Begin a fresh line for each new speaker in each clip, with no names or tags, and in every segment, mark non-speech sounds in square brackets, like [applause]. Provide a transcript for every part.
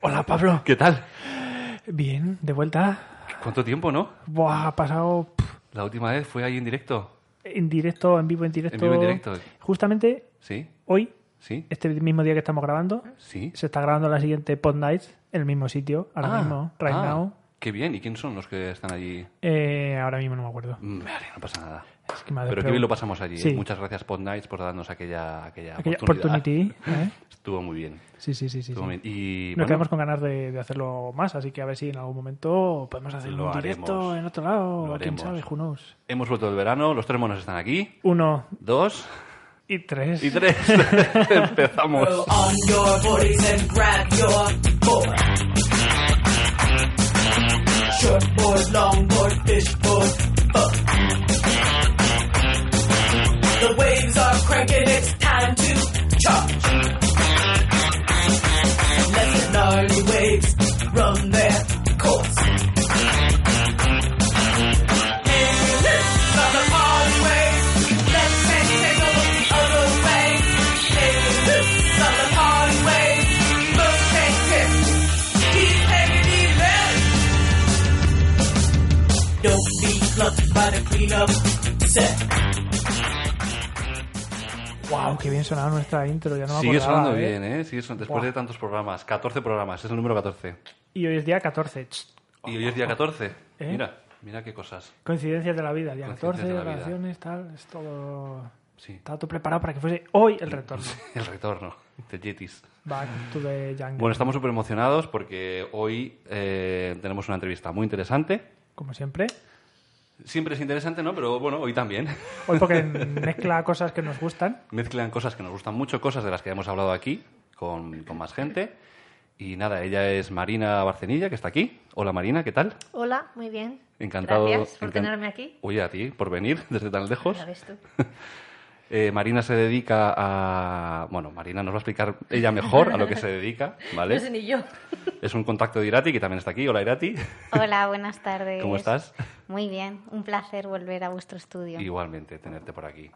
Hola, Pablo.
¿Qué tal?
Bien, de vuelta.
¿Cuánto tiempo, no?
Buah, ha pasado pf,
La última vez fue ahí en directo.
en directo, en vivo, en directo.
En vivo, en directo.
Justamente
¿Sí?
hoy,
¿Sí?
este mismo día que estamos grabando,
¿Sí?
se está grabando la siguiente Pod Night en el mismo sitio, ahora
Ah,
mismo, right
ah,
now.
Qué bien. ¿Y quién son los que están allí?
Eh, ahora mismo no me acuerdo.
Mm, Vale, no pasa nada.
Es que me ha
Pero qué
despegado.
bien lo pasamos allí. ¿eh?
Sí.
Muchas gracias, Pod Nights, por darnos aquella, aquella,
Aquella
oportunidad.
opportunity.
[laughs]
¿eh?
Estuvo muy bien.
Sí, sí, sí, sí.
Estuvo
sí.
muy bien. Y
Nos
bueno,
quedamos con ganas de, de hacerlo más, así que a ver si en algún momento podemos hacerlo
Lo
en directo
haremos.
en otro lado.
Lo
quién
haremos.
sabe, who knows.
hemos vuelto del verano. Los tres monos están aquí.
Uno
Dos
y tres. [laughs]
y tres. Empezamos.
Throw on your hoodies and grab your board. Shortboard, longboard, fishboard, fuck. The waves are cranking, it's time to charge. Let the gnarly waves run their course. From the far waves, let's take take a look the other way. From the far waves, look take it. Keep taking it left. Don't be clucked by the cleanup set.
Wow, qué bien sonaba nuestra intro, ya no me
Sigue
acordaba,
sonando
¿eh?
bien, ¿eh? Sigue son- Después
Buah.
de tantos programas. 14 programas. Es el número 14.
Y hoy es día 14. Tss,
Y hoy es día 14.
¿Eh?
Mira, mira qué cosas.
Coincidencias de la vida, día
Coincidencias
14,
de la vida.
relaciones, tal, es todo...
Sí.
Estaba todo preparado para que fuese hoy el retorno.
El retorno de Yetis.
Back to the jungle.
Bueno, estamos súper emocionados porque hoy eh, tenemos una entrevista muy interesante.
Como siempre.
Siempre es interesante, ¿no? Pero bueno, hoy también. [laughs]
Hoy porque mezcla cosas que nos gustan.
Mezclan cosas que nos gustan mucho, cosas de las que hemos hablado aquí con, con más gente. Y nada, ella es Marina Barcenilla, que está aquí. Hola Marina, ¿qué tal?
Hola, muy bien.
Encantado.
Gracias por
encan-
tenerme aquí.
Oye, a ti, por venir [laughs] desde tan lejos.
Ya ves tú.
Eh, Marina se dedica a... Bueno, Marina nos va a explicar ella mejor a lo que
[laughs]
se dedica, ¿vale?
No sé ni yo.
Es un contacto de Irati, que también está aquí. Hola, Irati.
Hola, buenas tardes.
¿Cómo estás?
Muy bien, un placer volver a vuestro estudio.
Igualmente, tenerte por aquí.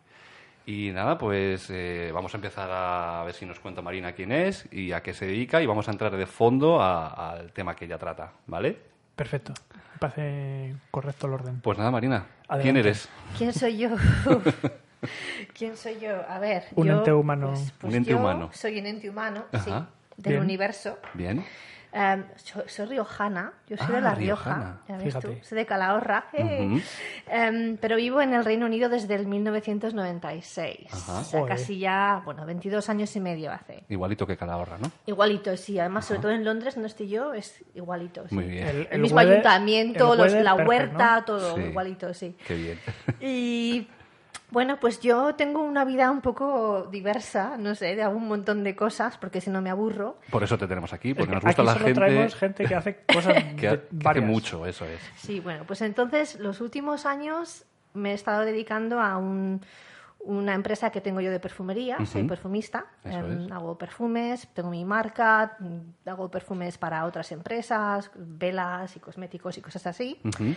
Y nada, pues eh, vamos a empezar a ver si nos cuenta Marina quién es y a qué se dedica y vamos a entrar de fondo a- al tema que ella trata, ¿vale?
Perfecto. Me parece correcto el orden.
Pues nada, Marina, ¿quién
Adelante.
eres?
¿Quién soy
[laughs]
yo? ¿Quién soy yo? A ver.
Un
yo, pues,
ente humano.
Un ente
yo
humano.
Soy un ente humano, sí.
Ajá.
Del
Bien.
universo.
Bien.
Em, so- soy riojana, yo soy
Ah,
de La Rioja,
riojana.
ya ves tú,
Fíjate.
soy de Calahorra, eh. Em, pero vivo en el Reino Unido desde el 1996,
Ajá.
o sea,
Joder.
casi ya, bueno, 22 años y medio hace.
Igualito que Calahorra, ¿no?
Igualito, sí, además, sobre todo en Londres, no estoy yo, es igualito. sí.
Muy bien.
El-
El, mismo
weather-
ayuntamiento,
el
los-
weather
la
perfect,
huerta,
¿no?
todo
Sí. [laughs]
igualito, sí.
Qué bien.
Y bueno, pues yo tengo una vida un poco diversa, no sé, de hago un montón de cosas, porque si no me aburro.
Por eso te tenemos aquí, porque
Es
nos
que
gusta
aquí
la
solo
gente
traemos gente que hace cosas
[laughs] que,
de
ha- que hace
varias.
mucho, eso es.
Sí, bueno, pues entonces los últimos años me he estado dedicando a un- una empresa que tengo yo de perfumería, soy
Ujú.
perfumista,
Eso
em,
es.
hago perfumes, tengo mi marca, mm, hago perfumes para otras empresas, velas y cosméticos y cosas así.
Ujú.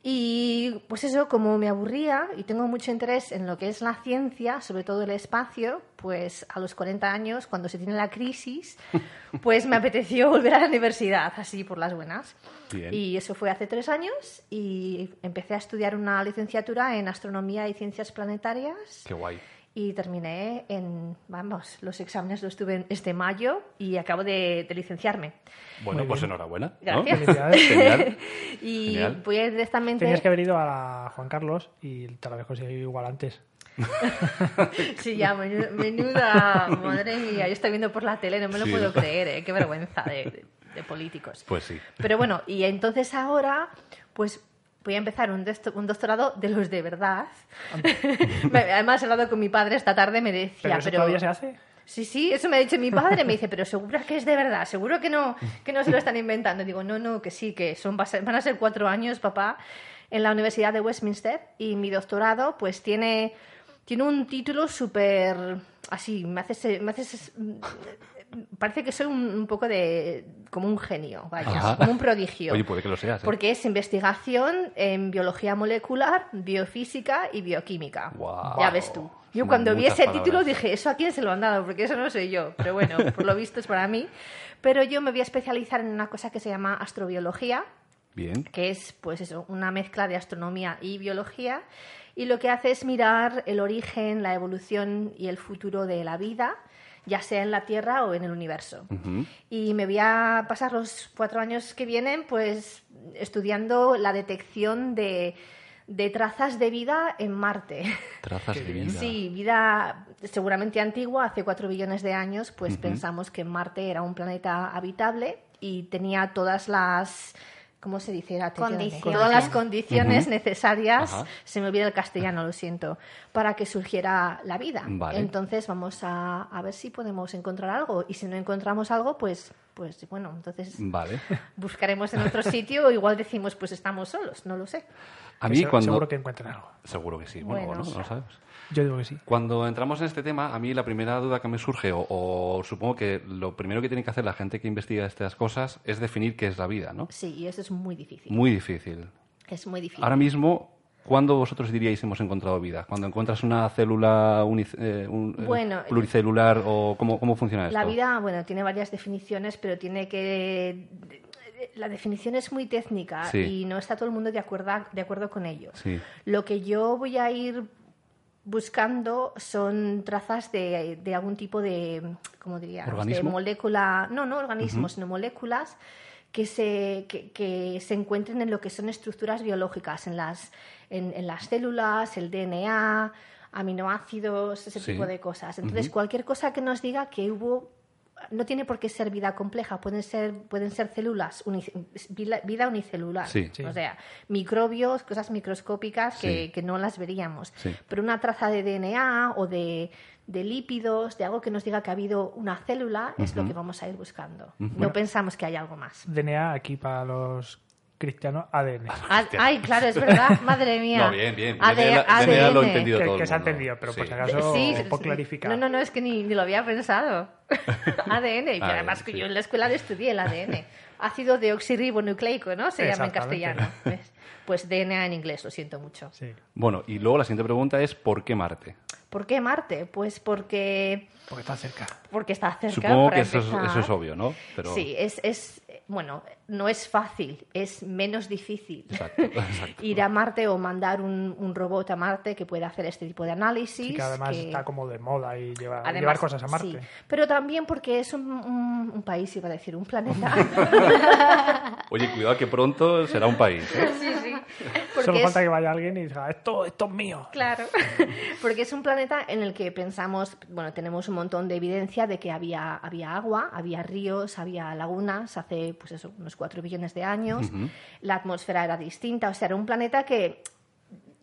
Y pues eso, como me aburría y tengo mucho interés en lo que es la ciencia, sobre todo el espacio, pues a los 40 años, cuando se tiene
[laughs]
la crisis, pues me apeteció volver a la universidad, así por las buenas.
Bien.
Y eso fue hace tres años y empecé a estudiar una licenciatura en astronomía y ciencias planetarias.
Qué guay.
Y terminé en, vamos, los exámenes los tuve en este mayo y acabo de- de licenciarme.
Bueno,
Muy
pues
bien.
enhorabuena. ¿no?
Gracias.
Felicidades.
Genial.
Y
Genial.
voy a ir directamente...
Tenías que haber ido a la Juan Carlos y te la habías conseguido igual antes.
Sí, ya,
[laughs]
menu- menuda, madre mía, yo estoy viendo por la tele, no me lo
Sí.
puedo creer, ¿eh? qué vergüenza de, de- de políticos.
Pues sí.
Pero bueno, y entonces ahora, pues voy a empezar un, desto- un doctorado de los de verdad. [laughs] Me- Además, he hablado con mi padre esta tarde, me decía,
¿Pero eso todavía se hace?
Sí, sí, eso me ha dicho mi padre. Me dice, pero seguro que es de verdad, seguro que no, que no se lo están inventando. Digo, no, no, que sí, que son, va a ser- van a ser cuatro años, papá, en la Universidad de Westminster. Y mi doctorado, pues tiene, tiene un título súper. Así, me hace. Me hace parece que soy un, un poco de. como un genio, vaya,
Ajá.
como un prodigio.
Oye, puede que lo seas. ¿eh?
Porque es investigación en biología molecular, biofísica y bioquímica.
Guau.
Ya ves tú. Yo cuando vi
Muchas
ese título
palabras.
dije, ¿eso a quién se lo han dado? Porque eso no soy yo. Pero bueno, por lo visto es para mí. Pero yo me voy a especializar en una cosa que se llama astrobiología,
Bien.
que es pues eso, una mezcla de astronomía y biología. Y lo que hace es mirar el origen, la evolución y el futuro de la vida, ya sea en la Tierra o en el universo.
Ujú.
Y me voy a pasar los cuatro años que vienen, pues, estudiando la detección de, de trazas de vida en Marte. [laughs]
Trazas de vida.
Sí, vida seguramente antigua, hace cuatro billones de años, pues pensamos que Marte era un planeta habitable y tenía todas las... ¿Cómo se dice? Atención,
Condiciones.
Todas las condiciones
Ujú.
necesarias,
Ajá.
se me olvida el castellano, lo siento, para que surgiera la vida.
Vale.
Entonces vamos a, a ver si podemos encontrar algo y si no encontramos algo, pues, pues bueno, entonces
[laughs]
Vale.
buscaremos en
[laughs]
otro sitio o igual decimos pues estamos solos, no lo sé.
A
Que
mí
se-
cuando...
Seguro que encuentran algo.
Seguro que sí. Bueno,
Bueno.
no, no lo sabes.
Yo digo que sí.
Cuando entramos en este tema, a mí la primera duda que me surge, o, o supongo que lo primero que tiene que hacer la gente que investiga estas cosas, es definir qué es la vida, ¿no?
Sí, y eso es muy difícil.
Muy difícil.
Es muy difícil.
Ahora mismo, ¿cuándo vosotros diríais hemos encontrado vida? ¿Cuando encuentras una célula unic- eh, un- eh,
Bueno,
pluricelular o cómo, cómo funciona esto?
La vida, bueno, tiene varias definiciones, pero tiene que... La definición es muy técnica
Sí.
y no está todo el mundo de acuerdo, de acuerdo con ello.
Sí.
Lo que yo voy a ir buscando son trazas de, de algún tipo de, ¿cómo diría? De
¿Organismo?
molécula, no, no organismos, sino moléculas que se, que, que se encuentren en lo que son estructuras biológicas, en las, en, en las células, el DNA, aminoácidos, ese
Sí.
tipo de cosas. Entonces,
Ujú.
cualquier cosa que nos diga que hubo no tiene por qué ser vida compleja, pueden ser, pueden ser células, unice- vila- vida unicelular.
Sí.
Sí.
O sea, microbios, cosas microscópicas que,
Sí.
que no las veríamos.
Sí.
Pero una traza de DNA o de, de lípidos, de algo que nos diga que ha habido una célula, es lo que vamos a ir buscando. No pensamos que hay algo más.
DNA aquí para los cristianos, ADN.
Ah, Ay, claro, es
[laughs]
verdad, madre mía.
No, bien, bien.
AD-
DNA, DNA lo he
ADN.
entendido
Que-
todo.
que
el
se ha
mundo.
entendido, pero por
Sí.
si acaso,
Sí,
por
sí.
clarificar.
No, no, no, es que ni, ni lo había pensado. [laughs] ADN,
[laughs]
que
Ah,
además que
sí.
yo en la escuela estudié el ADN. Ácido deoxirribonucleico, ¿no? Se llama en
Exactamente.
castellano. ¿ves? Pues DNA en inglés, lo siento mucho.
Sí,
Bueno, y luego la siguiente pregunta es: ¿por qué Marte?
¿Por qué Marte? Pues porque,
porque está cerca.
porque está cerca.
Supongo
para
que eso es,
empezar.
eso es obvio, ¿no? Pero...
Sí, es, es, bueno, no es fácil, es menos difícil. [laughs]
Exacto, exacto.
Ir a Marte o mandar un, un robot a Marte que pueda hacer este tipo de análisis.
Sí, que además
que-
está como de moda y lleva,
Además,
llevar cosas a Marte.
sí. pero también porque es un, un- un país, iba a decir, un
[laughs]
planeta.
Oye, cuidado que pronto será un país. ¿eh?
sí, sí. [laughs] Porque
Solo
es-
falta que vaya alguien y diga, esto, esto es mío.
Claro, porque es un planeta en el que pensamos, bueno, tenemos un montón de evidencia de que había, había agua, había ríos, había lagunas hace, pues eso, unos cuatro billones de años. La atmósfera era distinta, o sea, era un planeta que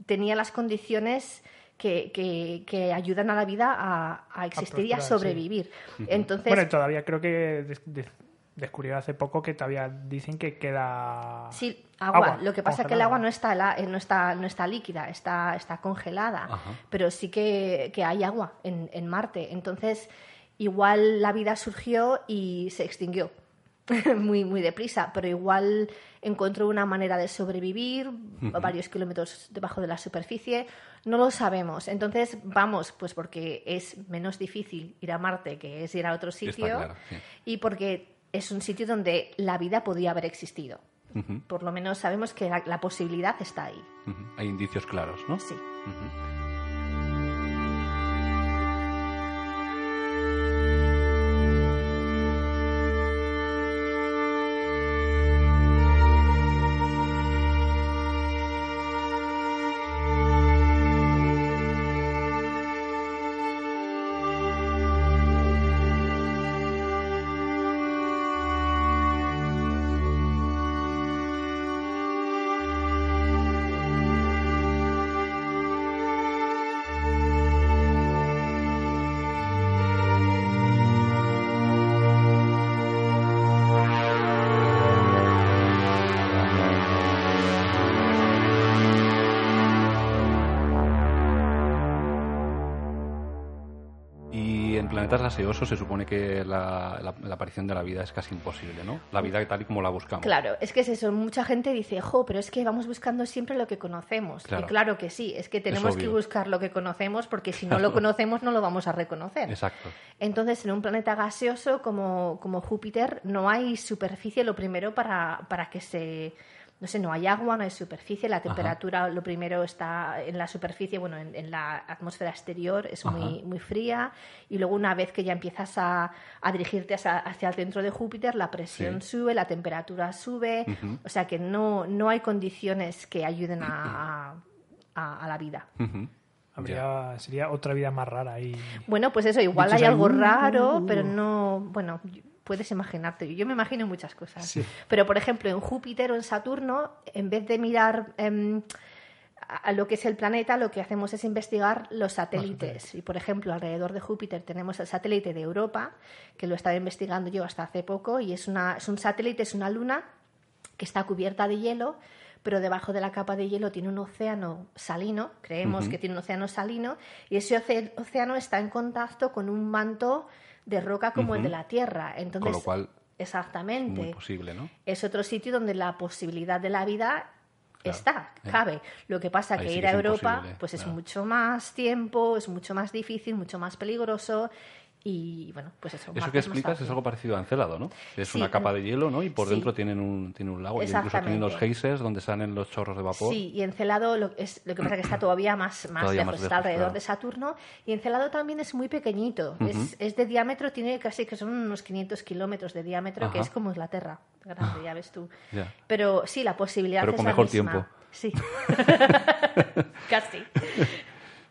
tenía las condiciones que, que- que ayudan a la vida a, a existir y a
prosperar, sí.
sobrevivir. Entonces,
Bueno, y todavía creo que des- des- descubrieron hace poco que todavía dicen que queda.
Sí, agua. Lo que pasa es que el agua no
congelada.
está, hela- eh, no está, no está líquida, está, está congelada.
Ajá.
Pero sí que, que hay agua en, en Marte. Entonces, igual la vida surgió y se extinguió. [laughs] muy, muy deprisa, pero igual encontró una manera de sobrevivir a varios kilómetros debajo de la superficie. No lo sabemos. Entonces, vamos, pues porque es menos difícil ir a Marte que es ir a otro sitio
claro, sí.
y porque es un sitio donde la vida podía haber existido.
Ujú,
Por lo menos sabemos que la, la posibilidad está ahí.
ujú. Hay indicios claros, ¿no?
Sí.
planetas gaseosos se supone que la, la- la aparición de la vida es casi imposible, ¿no? La vida tal y como la buscamos.
Claro, es que es eso. Mucha gente dice, jo, pero es que vamos buscando siempre lo que conocemos.
Claro.
Y claro que sí, es que tenemos que
obvio.
buscar lo que conocemos porque
[laughs]
si no lo conocemos no lo vamos a reconocer.
Exacto.
Entonces, en un planeta gaseoso como, como Júpiter no hay superficie, lo primero para, para que se... No sé, no hay agua, no hay superficie, la temperatura lo primero está en la superficie, bueno, en, en la atmósfera exterior es muy, muy fría y luego una vez que ya empiezas a, a dirigirte hacia, hacia el centro de Júpiter, la presión
Sí.
sube, la temperatura sube,
Ujú.
o sea que no, no hay condiciones que
[clears throat]
ayuden a- a- a la vida.
Ujú.
Habría, sería otra vida más rara y
Bueno, pues eso, igual
Dichos
hay
ahí,
algo
"Uh,
raro,
uh, uh".
pero no. Bueno, yo- puedes imaginarte. Yo me imagino muchas cosas.
Sí.
Pero, por ejemplo, en Júpiter o en Saturno, en vez de mirar em, a a lo que es el planeta, lo que hacemos es investigar los satélites. Y, por ejemplo, alrededor de Júpiter tenemos el satélite de Europa, que lo estaba investigando yo hasta hace poco, y es, una, es un satélite, es una luna que está cubierta de hielo, pero debajo de la capa de hielo tiene un océano salino, creemos que tiene un océano salino, y ese oce- océano está en contacto con un manto de roca como el de la Tierra. Entonces,
lo cual,
exactamente
Muy posible, ¿no?
es otro sitio donde la posibilidad de la vida
Claro,
está,
eh.
cabe. Lo que pasa
Ahí
que
sí
ir
que
a
es
Europa
imposible,
pues es
claro.
mucho más tiempo, es mucho más difícil, mucho más peligroso y bueno, pues eso.
Eso
más-
que
es más
explicas
fácil.
es algo parecido a Encelado, ¿no? Es
Sí.
una capa de hielo, ¿no? Y por
Sí.
dentro tienen un, tiene un lago. Y incluso tienen los
Exactamente.
geysers donde salen los chorros de vapor.
Sí, y Encelado lo, es, lo que pasa que
[clears throat]
está todavía más, más
Todavía
lejos,
más
está
lejos,
alrededor
claro.
de Saturno. Y Encelado también es muy pequeñito, es, es de diámetro, tiene casi que son unos 500 kilómetros de diámetro, que
Ajá.
es como Inglaterra, grande, ya ves tú.
Ya.
Pero sí, la posibilidad
Pero
es
con
la
mejor
misma.
tiempo. [laughs]
Sí. casi.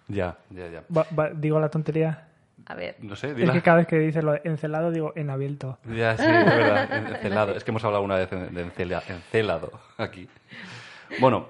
Ya, ya, ya.
Va- va- digo la tontería.
A ver.
No sé,
Es
dila.
[laughs]
que cada vez que dices lo de encelado digo en abierto.
Ya, sí, es verdad. en- Encelado. Es que hemos hablado una vez de encela- encelado aquí. Bueno,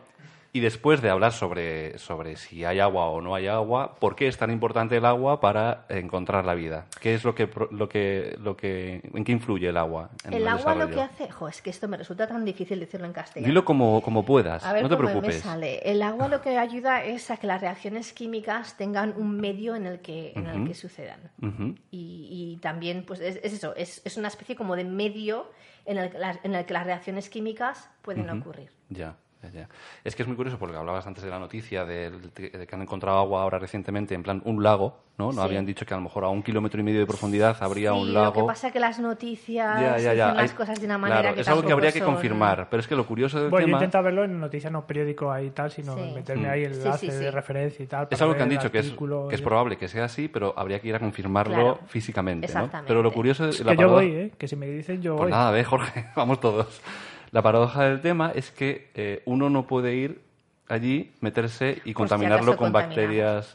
y después de hablar sobre, sobre si hay agua o no hay agua, ¿por qué es tan importante el agua para encontrar la vida? ¿Qué es lo que, pro- lo que, lo que, en qué influye el agua? En
El agua lo que
desarrollo?
hace. Jo, es que esto me resulta tan difícil decirlo en castellano.
Dilo como, como puedas,
A ver
no te
cómo
preocupes.
me sale. El agua lo que ayuda es a que las reacciones químicas tengan un medio en el que, en el
Ujú.
que sucedan.
Ujú.
Y, y también, pues es, es eso, es, es una especie como de medio en el, que las- en el que las reacciones químicas pueden ocurrir.
Ya, ya, ya. Es que es muy curioso porque hablabas antes de la noticia del- de, que han encontrado agua ahora recientemente, en plan un lago, ¿no? No
Sí.
habían dicho que a lo mejor a un kilómetro y medio de profundidad habría
Sí,
un
Lo que
lago.
pasa que las noticias
ya, ya, ya.
dicen las
Hay-
cosas de una manera
claro,
que
es algo que
tampoco
habría que
son-
confirmar. Pero es que lo curioso del
Bueno, yo
tema Mm.
intento verlo en noticias no periódicos ahí y tal, sino
Sí.
meterme ahí el
Sí, sí,
enlace
sí.
de referencia y tal.
es
para
algo que han
ver
dicho que es,
artículos
que es
y-
probable que sea así, pero habría que ir a confirmarlo
Claro.
físicamente, ¿no?
Exactamente.
Pero lo curioso
Es
es
que
la
yo
paradoja-
voy, ¿eh? Que si me dicen yo
Pues
voy.
nada, ve, Jorge, [laughs] vamos todos. La paradoja del tema es que eh, uno no puede ir allí, meterse y contaminarlo
acaso
con
contaminamos.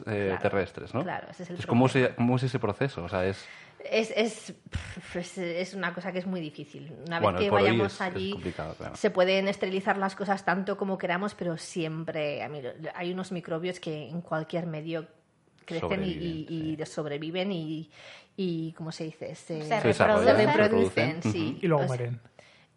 bacterias eh,
Claro,
terrestres, ¿no?
claro, ese es el
Entonces, ¿cómo, se- ¿cómo es ese proceso? O sea, es...
Es, es, pf, es, es una cosa que es muy difícil. Una vez
Bueno,
que
por hoy
vayamos
es- es
allí,
complicado, claro.
se pueden esterilizar las cosas tanto como queramos, pero siempre a mí, hay unos microbios que en cualquier medio crecen y, y-
Sobreviven,
y sobreviven y, y, ¿cómo se dice? Se,
Se
se
reproducen.
desarrollan,
reproducen, sí.
Y luego
O sea,
mueren.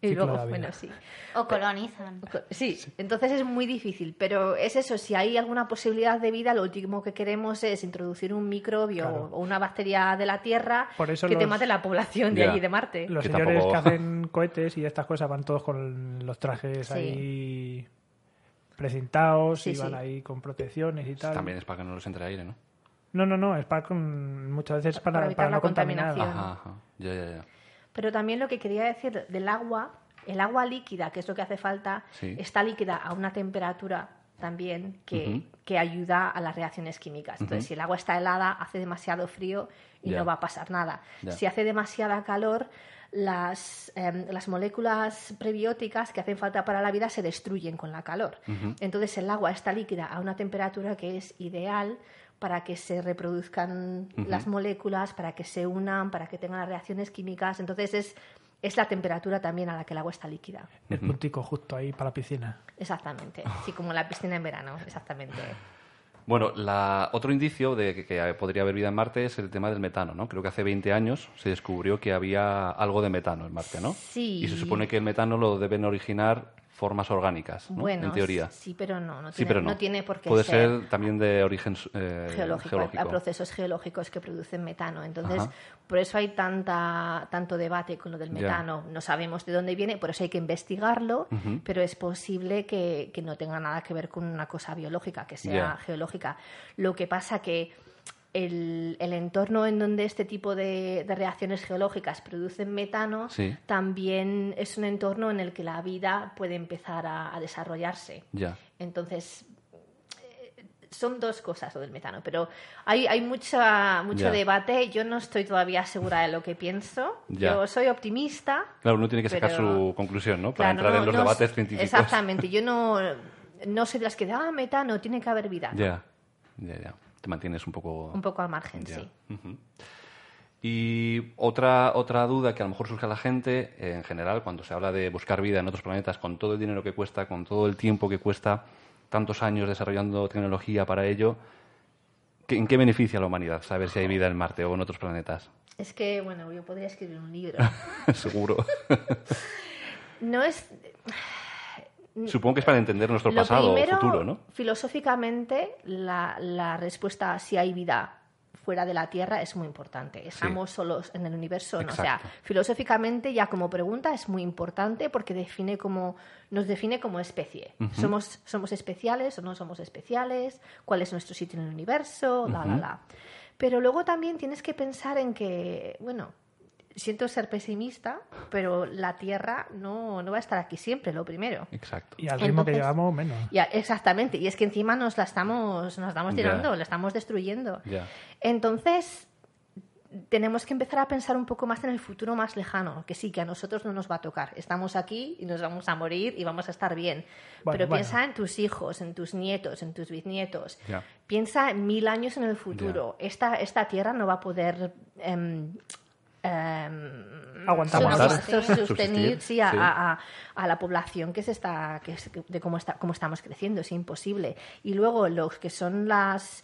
Y
Ciclo
luego,
de la vida.
bueno, sí.
O colonizan.
Sí, entonces es muy difícil, pero es eso, si hay alguna posibilidad de vida, lo último que queremos es introducir un microbio
Claro.
o una bacteria de la Tierra
Por eso
que te
los-
mate la población de
Ya.
allí de Marte.
Los
Que
señores
tampoco-
que hacen cohetes y estas cosas van todos con los trajes
Sí.
ahí precintados
Sí,
y van
sí.
ahí con protecciones y tal.
Pues También es para que no les entre aire, ¿no?
No, no, no, es para con- muchas veces
Para
para, para,
evitar la
no contaminar.
contaminación.
Ajá, ajá. Ya, ya, ya.
Pero también lo que quería decir del agua, el agua líquida, que es lo que hace falta,
Sí.
está líquida a una temperatura también que,
Ujú.
que ayuda a las reacciones químicas. Entonces,
Ujú.
si el agua está helada, hace demasiado frío y
Ya.
no va a pasar nada.
Ya.
Si hace demasiada calor, las, em, las moléculas prebióticas que hacen falta para la vida se destruyen con la calor.
Ujú.
Entonces, el agua está líquida a una temperatura que es ideal para que se reproduzcan
Ujú.
las moléculas, para que se unan, para que tengan las reacciones químicas. Entonces es, es la temperatura también a la que el agua está líquida.
Ah, El puntico justo ahí para la piscina.
Exactamente.
Ah.
Así como la piscina en verano, exactamente.
Bueno, la, otro indicio de que, que podría haber vida en Marte es el tema del metano, ¿no? Creo que hace 20 años se descubrió que había algo de metano en Marte, ¿no?
Sí.
Y se supone que el metano lo deben originar formas orgánicas, ¿no?
Bueno,
en teoría.
sí, pero no, no tiene,
Sí, pero no.
tiene por qué
Puede ser, también de origen eh,
geológico,
geológico.
a procesos geológicos que producen metano. Entonces,
Ajá.
por eso hay tanta, tanto debate con lo del
Ya.
metano. No sabemos de dónde viene, por eso hay que investigarlo,
Ujú.
pero es posible que, que no tenga nada que ver con una cosa biológica, que
Ya.
sea geológica. Lo que pasa que el, el entorno en donde este tipo de, de reacciones geológicas producen metano
Sí.
también es un entorno en el que la vida puede empezar a- a desarrollarse.
Ya.
Entonces, eh, son dos cosas lo del metano, pero hay, hay mucha, mucho
Ya.
debate. Yo no estoy todavía segura de lo que pienso.
Ya.
Yo soy optimista.
Claro, uno tiene que sacar
Pero-
su conclusión, ¿no? Para
Claro,
entrar
no-
en los
no
debates
s-
científicos. [laughs]
Exactamente. Yo no, no soy de las que, ah, metano, tiene que haber vida.
Ya, ya, ya. Te mantienes un poco...
Un poco al margen,
Ya.
sí.
Ujú. Y otra, otra duda que a lo mejor surge a la gente, eh, en general, cuando se habla de buscar vida en otros planetas, con todo el dinero que cuesta, con todo el tiempo que cuesta, tantos años desarrollando tecnología para ello, ¿qué- ¿en qué beneficia a la humanidad saber si hay vida en Marte o en otros planetas? [laughs]
Es que, bueno, yo podría escribir un libro.
Seguro.
No es,
Supongo que es para entender nuestro
Lo
pasado
primero,
o futuro, ¿no?
Filosóficamente, la, la respuesta a si hay vida fuera de la Tierra es muy importante. Estamos solos en el universo, ¿no? O sea,
Exacto.
filosóficamente ya como pregunta es muy importante porque define como, nos define como especie. somos, ¿Somos especiales o no somos especiales? ¿Cuál es nuestro sitio en el universo? La, la, la. Pero luego también tienes que pensar en que, bueno, siento ser pesimista, pero la Tierra no, no va a estar aquí siempre, lo primero.
Exacto.
Y al ritmo
Entonces-
que llevamos, menos.
Ya, exactamente. Y es que encima nos la estamos, nos la estamos
Ya.
tirando, la estamos destruyendo.
Ya.
Entonces, tenemos que empezar a pensar un poco más en el futuro más lejano, que sí, que a nosotros no nos va a tocar. Estamos aquí y nos vamos a morir y vamos a estar bien.
Bueno,
Pero
bueno.
piensa en tus hijos, en tus nietos, en tus bisnietos.
Ya.
Piensa en mil años en el futuro. Esta, esta tierra no va a poder... em, em,
Aguantar.
sus-
Aguantar.
sus-
Subsistir,
Sostener sí, a,
sí.
a- a- a la población que se está, que es- de cómo, está, cómo estamos creciendo, es imposible. Y luego los que son las...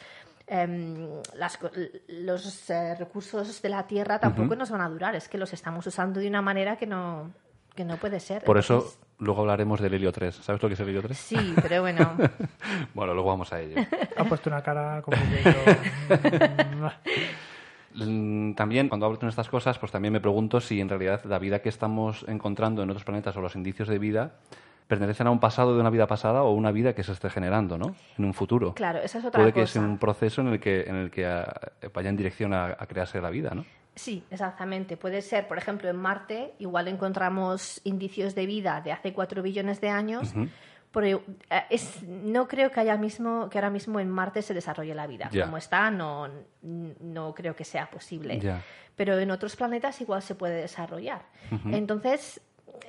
em, las co- los eh, recursos de la tierra tampoco nos van a durar, es que los estamos usando de una manera que no, que no puede ser.
Por eso
Entonces,
luego hablaremos del helio 3. ¿Sabes lo que es el helio [laughs] 3?
Sí, pero bueno,
Bueno, luego vamos a ello.
[laughs]
Ha puesto una cara como que
[laughs]
yo, mm,
Mm, También, cuando hablo de estas cosas, pues también me pregunto si en realidad la vida que estamos encontrando en otros planetas o los indicios de vida pertenecen a un pasado de una vida pasada o una vida que se esté generando, ¿no? En un futuro.
claro, esa es otra
Puede que
cosa.
sea un proceso en el que, en el que ah, vaya en dirección a, a crearse la vida, ¿no?
Sí, exactamente. Puede ser, por ejemplo, en Marte, igual encontramos indicios de vida de hace 4 billones de años, pero eh, es, no creo que, haya mismo, que ahora mismo en Marte se desarrolle la vida.
Ya.
Como está, no, no creo que sea posible.
Ya.
Pero en otros planetas igual se puede desarrollar. Entonces,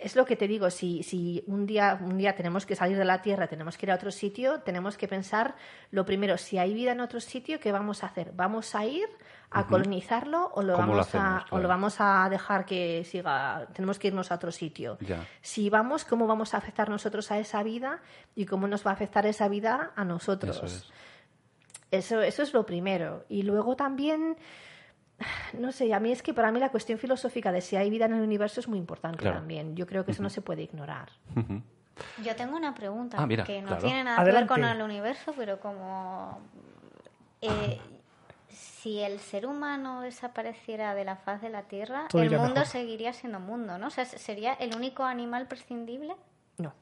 es lo que te digo, si, si un, día, un día tenemos que salir de la Tierra, tenemos que ir a otro sitio, tenemos que pensar, lo primero, si hay vida en otro sitio, ¿qué vamos a hacer? ¿Vamos a ir a colonizarlo o lo,
¿Cómo lo
vamos,
hacemos?
a, o
Claro.
lo vamos a dejar que siga? Tenemos que irnos a otro sitio.
Ya.
Si vamos, ¿cómo vamos a afectar nosotros a esa vida y cómo nos va a afectar esa vida a nosotros?
Eso es.
Eso, eso es lo primero. Y luego también, [sighs] no sé, a mí es que para mí la cuestión filosófica de si hay vida en el universo es muy importante
Claro.
también. Yo creo que eso no se puede ignorar.
Ujú.
Yo tengo una pregunta
Ah, mira,
que no
claro.
tiene nada que ver con
Adelante.
el universo, pero como eh, si el ser humano desapareciera de la faz de la Tierra,
Todo
el
iría
mundo
mejor.
seguiría siendo mundo, ¿no? O sea, sería el único animal prescindible.
No,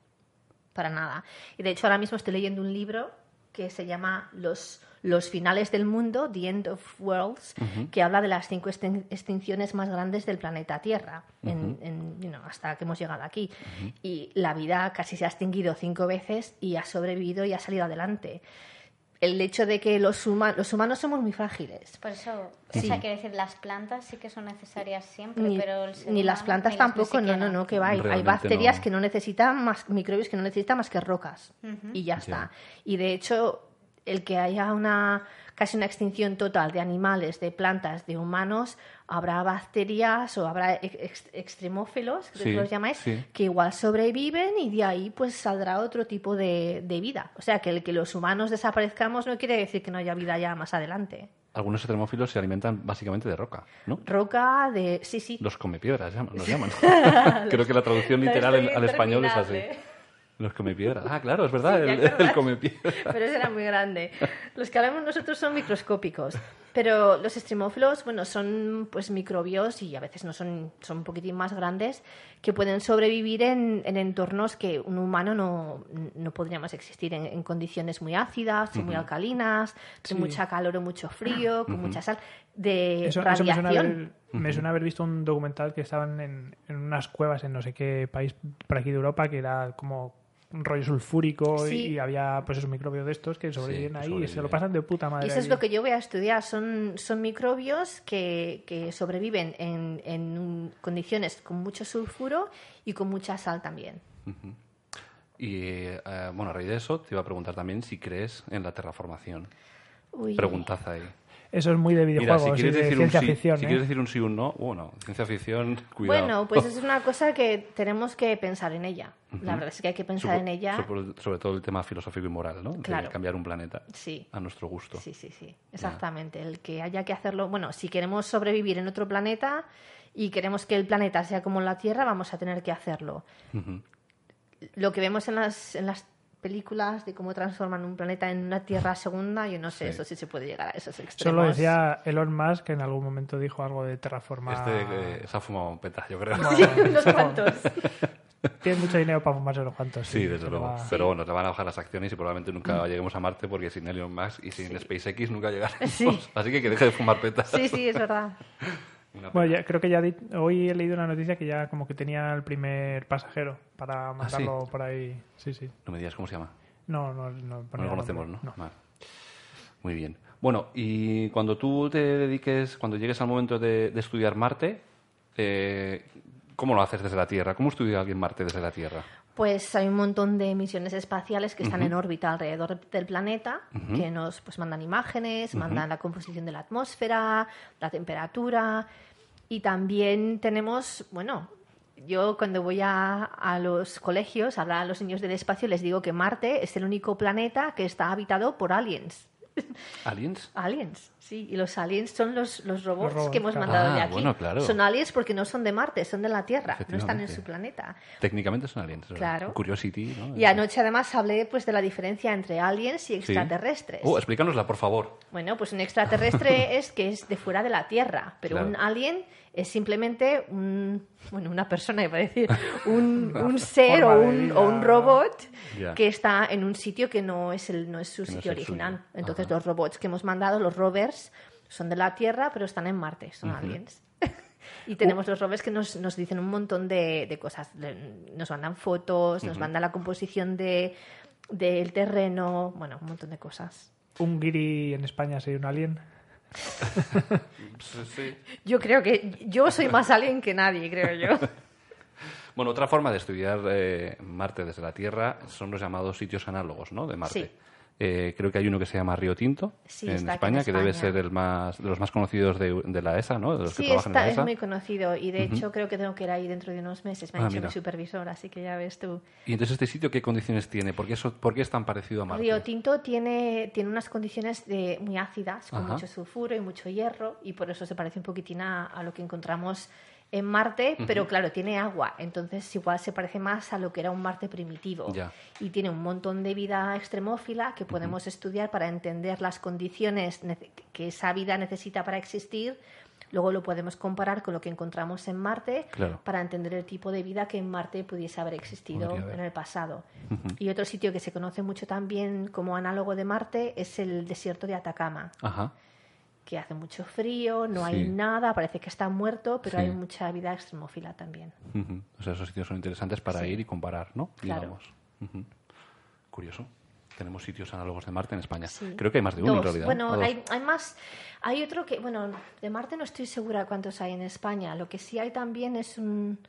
para nada. Y de hecho ahora mismo estoy leyendo un libro que se llama Los, los finales del mundo, The End of Worlds, que habla de las cinco extin- extinciones más grandes del planeta Tierra, en- en, you know, hasta que hemos llegado aquí. Y la vida casi se ha extinguido cinco veces y ha sobrevivido y ha salido adelante. El hecho de que los, huma- los humanos somos muy frágiles,
Por eso, o sea, quiero decir, las plantas sí que son necesarias siempre,
ni,
pero el ser
ni las
humano-
plantas
ni las- ni
tampoco, no,
siquiera.
no, no, que va. Hay, hay
Realmente
bacterias
no.
que no necesitan más, microbios que no necesitan más que rocas. Y ya está. Y de hecho, el que haya una casi una extinción total de animales, de plantas, de humanos, habrá bacterias o habrá ex- extremófilos, creo
Sí,
que los llamáis,
sí.
que igual sobreviven y de ahí pues saldrá otro tipo de, de vida. O sea, que el que los humanos desaparezcamos no quiere decir que no haya vida ya más adelante.
Algunos termófilos se alimentan básicamente de roca, ¿no?
Roca de... Sí, sí. [laughs]
[laughs] Los comepiedras llaman- los llaman. Creo que la traducción literal en- al español es así. Los comepiedras. Ah, claro, es verdad,
Sí,
el,
ya es
el
verdad.
comepiedra.
Pero ese era muy grande. Los que hablamos nosotros son microscópicos. Pero los extremófilos, bueno, son pues microbios y a veces no son, son un poquitín más grandes que pueden sobrevivir en, en entornos que un humano no, no podría más existir, en, en condiciones muy ácidas, muy alcalinas,
Sí.
con mucha calor o mucho frío, con mucha sal, de
Eso, eso me,
Eh, radiación.
suena haber, me suena haber visto un documental que estaban en, en unas cuevas en no sé qué país por aquí de Europa que era como un rollo sulfúrico y-
Sí.
y, había pues esos microbios de estos que sobreviven
que
ahí y se
sobreviven.
lo pasan de puta madre.
Y eso es
allí.
lo que yo voy a estudiar. Son, son microbios que, que sobreviven en, en un- condiciones con mucho sulfuro y con mucha sal también.
Y eh, bueno, a raíz de eso, te iba a preguntar también si crees en la terraformación.
Uy.
Preguntad ahí.
Eso es muy de
Mira,
videojuegos
si
y
quieres,
de
decir un sí,
ciencia ficción.
si
¿eh?
quieres decir un sí o un no, bueno, ciencia ficción, cuidado.
Bueno, pues es una cosa que tenemos que pensar en ella. La verdad es que hay que pensar
[laughs] Sobre-
en ella.
Sobre, sobre todo el tema filosófico y moral, ¿no? De
Claro.
cambiar un planeta
Sí.
a nuestro gusto.
Sí, sí, sí, exactamente. El que haya que hacerlo, bueno, si queremos sobrevivir en otro planeta y queremos que el planeta sea como la Tierra, vamos a tener que hacerlo. Lo que vemos en las, en las películas de cómo transforman un planeta en una Tierra segunda, yo no sé
Sí.
eso si se puede llegar a esos
Eso
extremos.
lo decía Elon Musk que en algún momento dijo algo de terraformar.
[laughs]
Este eh, se ha fumado un peta, yo creo. [laughs]
Sí.
[laughs]
[laughs]
unos cuantos.
Tiene mucho dinero para fumarse los cuantos. Ah.
Sí, desde luego.
va-
Pero bueno, te van a bajar las acciones y probablemente
Mm.
nunca lleguemos a Marte porque sin Elon Musk y sin SpaceX nunca llegaremos.
Sí.
[laughs] Así que que deje de fumar petas.
Sí, sí, es verdad.
Una
Bueno,
pena.
ya, creo que ya di- hoy he leído una noticia que ya como que tenía el primer pasajero
Ah,
para mandarlo por ahí. Sí, sí.
No me digas cómo se llama.
No, no, no.
No
ponía
lo conocemos, ¿no?
nombre.
Vale. Muy bien. Bueno, y cuando tú te dediques, cuando llegues al momento de, de estudiar Marte, eh, ¿cómo lo haces desde la Tierra? ¿Cómo estudia alguien Marte desde la Tierra?
Pues hay un montón de misiones espaciales que están en órbita alrededor del planeta, que nos pues, mandan imágenes, mandan la composición de la atmósfera, la temperatura. Y también tenemos, bueno, yo cuando voy a, a los colegios a hablar a los niños del espacio les digo que Marte es el único planeta que está habitado por aliens.
¿Aliens?
Aliens, sí. Y los aliens son los, los robots,
Los robots,
que hemos
claro.
mandado
Ah,
de aquí.
bueno, claro.
Son aliens porque no son de Marte, son de la Tierra, no están en
Efectivamente.
su planeta.
Técnicamente son aliens. ¿verdad?
Claro.
Curiosity, ¿no?
Y anoche además hablé pues de la diferencia entre aliens
Sí.
y extraterrestres.
Oh, explícanosla, por favor.
Bueno, pues
[laughs]
un extraterrestre es que es de fuera de la Tierra, pero
Claro.
un alien es simplemente un, bueno, una persona, iba
[laughs]
a decir, un, un ser
forma
o
de
un, o un
vida.
robot
Ya.
que está en un sitio que no es, el, no es su
Que no
sitio
es el
original.
suyo.
Entonces
Ajá.
los robots que hemos mandado, los rovers, son de la Tierra, pero están en Marte, son aliens. [laughs] Y tenemos
Uh.
los rovers que nos, nos dicen un montón de, de cosas. Le- Nos mandan fotos, nos mandan la composición de, del terreno, bueno, un montón de cosas.
Un guiri en España sería un alien.
Yo creo que yo soy más alien que nadie, creo yo.
Bueno, otra forma de estudiar eh, Marte desde la Tierra son los llamados sitios análogos, ¿no? De Marte.
Sí.
Eh, creo que hay uno que se llama Río Tinto
Sí,
en,
está
España,
aquí en
que debe
España.
ser el más, de los más conocidos de, de la ESA, ¿no? De [laughs] los que
Sí,
trabajan en
está,
la
es
ESA.
muy conocido y de hecho creo que tengo que ir ahí dentro de unos meses. Me ha
Ah,
dicho
mira.
mi supervisor, así que ya ves tú.
Y entonces, ¿este sitio qué condiciones tiene? ¿Por qué, eso- por qué es tan parecido a Marte?
Río Tinto tiene, tiene unas condiciones de, muy ácidas, con
Ajá.
mucho sulfuro y mucho hierro, y por eso se parece un poquitín a, a lo que encontramos en Marte, pero claro, tiene agua, entonces igual se parece más a lo que era un Marte primitivo.
Ya.
Y tiene un montón de vida extremófila que podemos estudiar para entender las condiciones nece- que esa vida necesita para existir. Luego lo podemos comparar con lo que encontramos en Marte
Claro.
para entender el tipo de vida que en Marte pudiese haber existido
Podría haber.
en el pasado. Y otro sitio que se conoce mucho también como análogo de Marte es el desierto de Atacama,
Ajá.
que hace mucho frío, no hay
Sí.
nada, parece que está muerto, pero
Sí.
hay mucha vida extremófila también.
Ujú. O sea, esos sitios son interesantes para ir y comparar, ¿no?
Claro.
Digamos. Ujú. Curioso. Tenemos sitios análogos de Marte en España.
Sí.
Creo que hay más de uno en
Dos.
realidad.
Bueno,
O dos.
hay, hay más. Hay otro que, bueno, de Marte no estoy segura cuántos hay en España. Lo que sí hay también es un,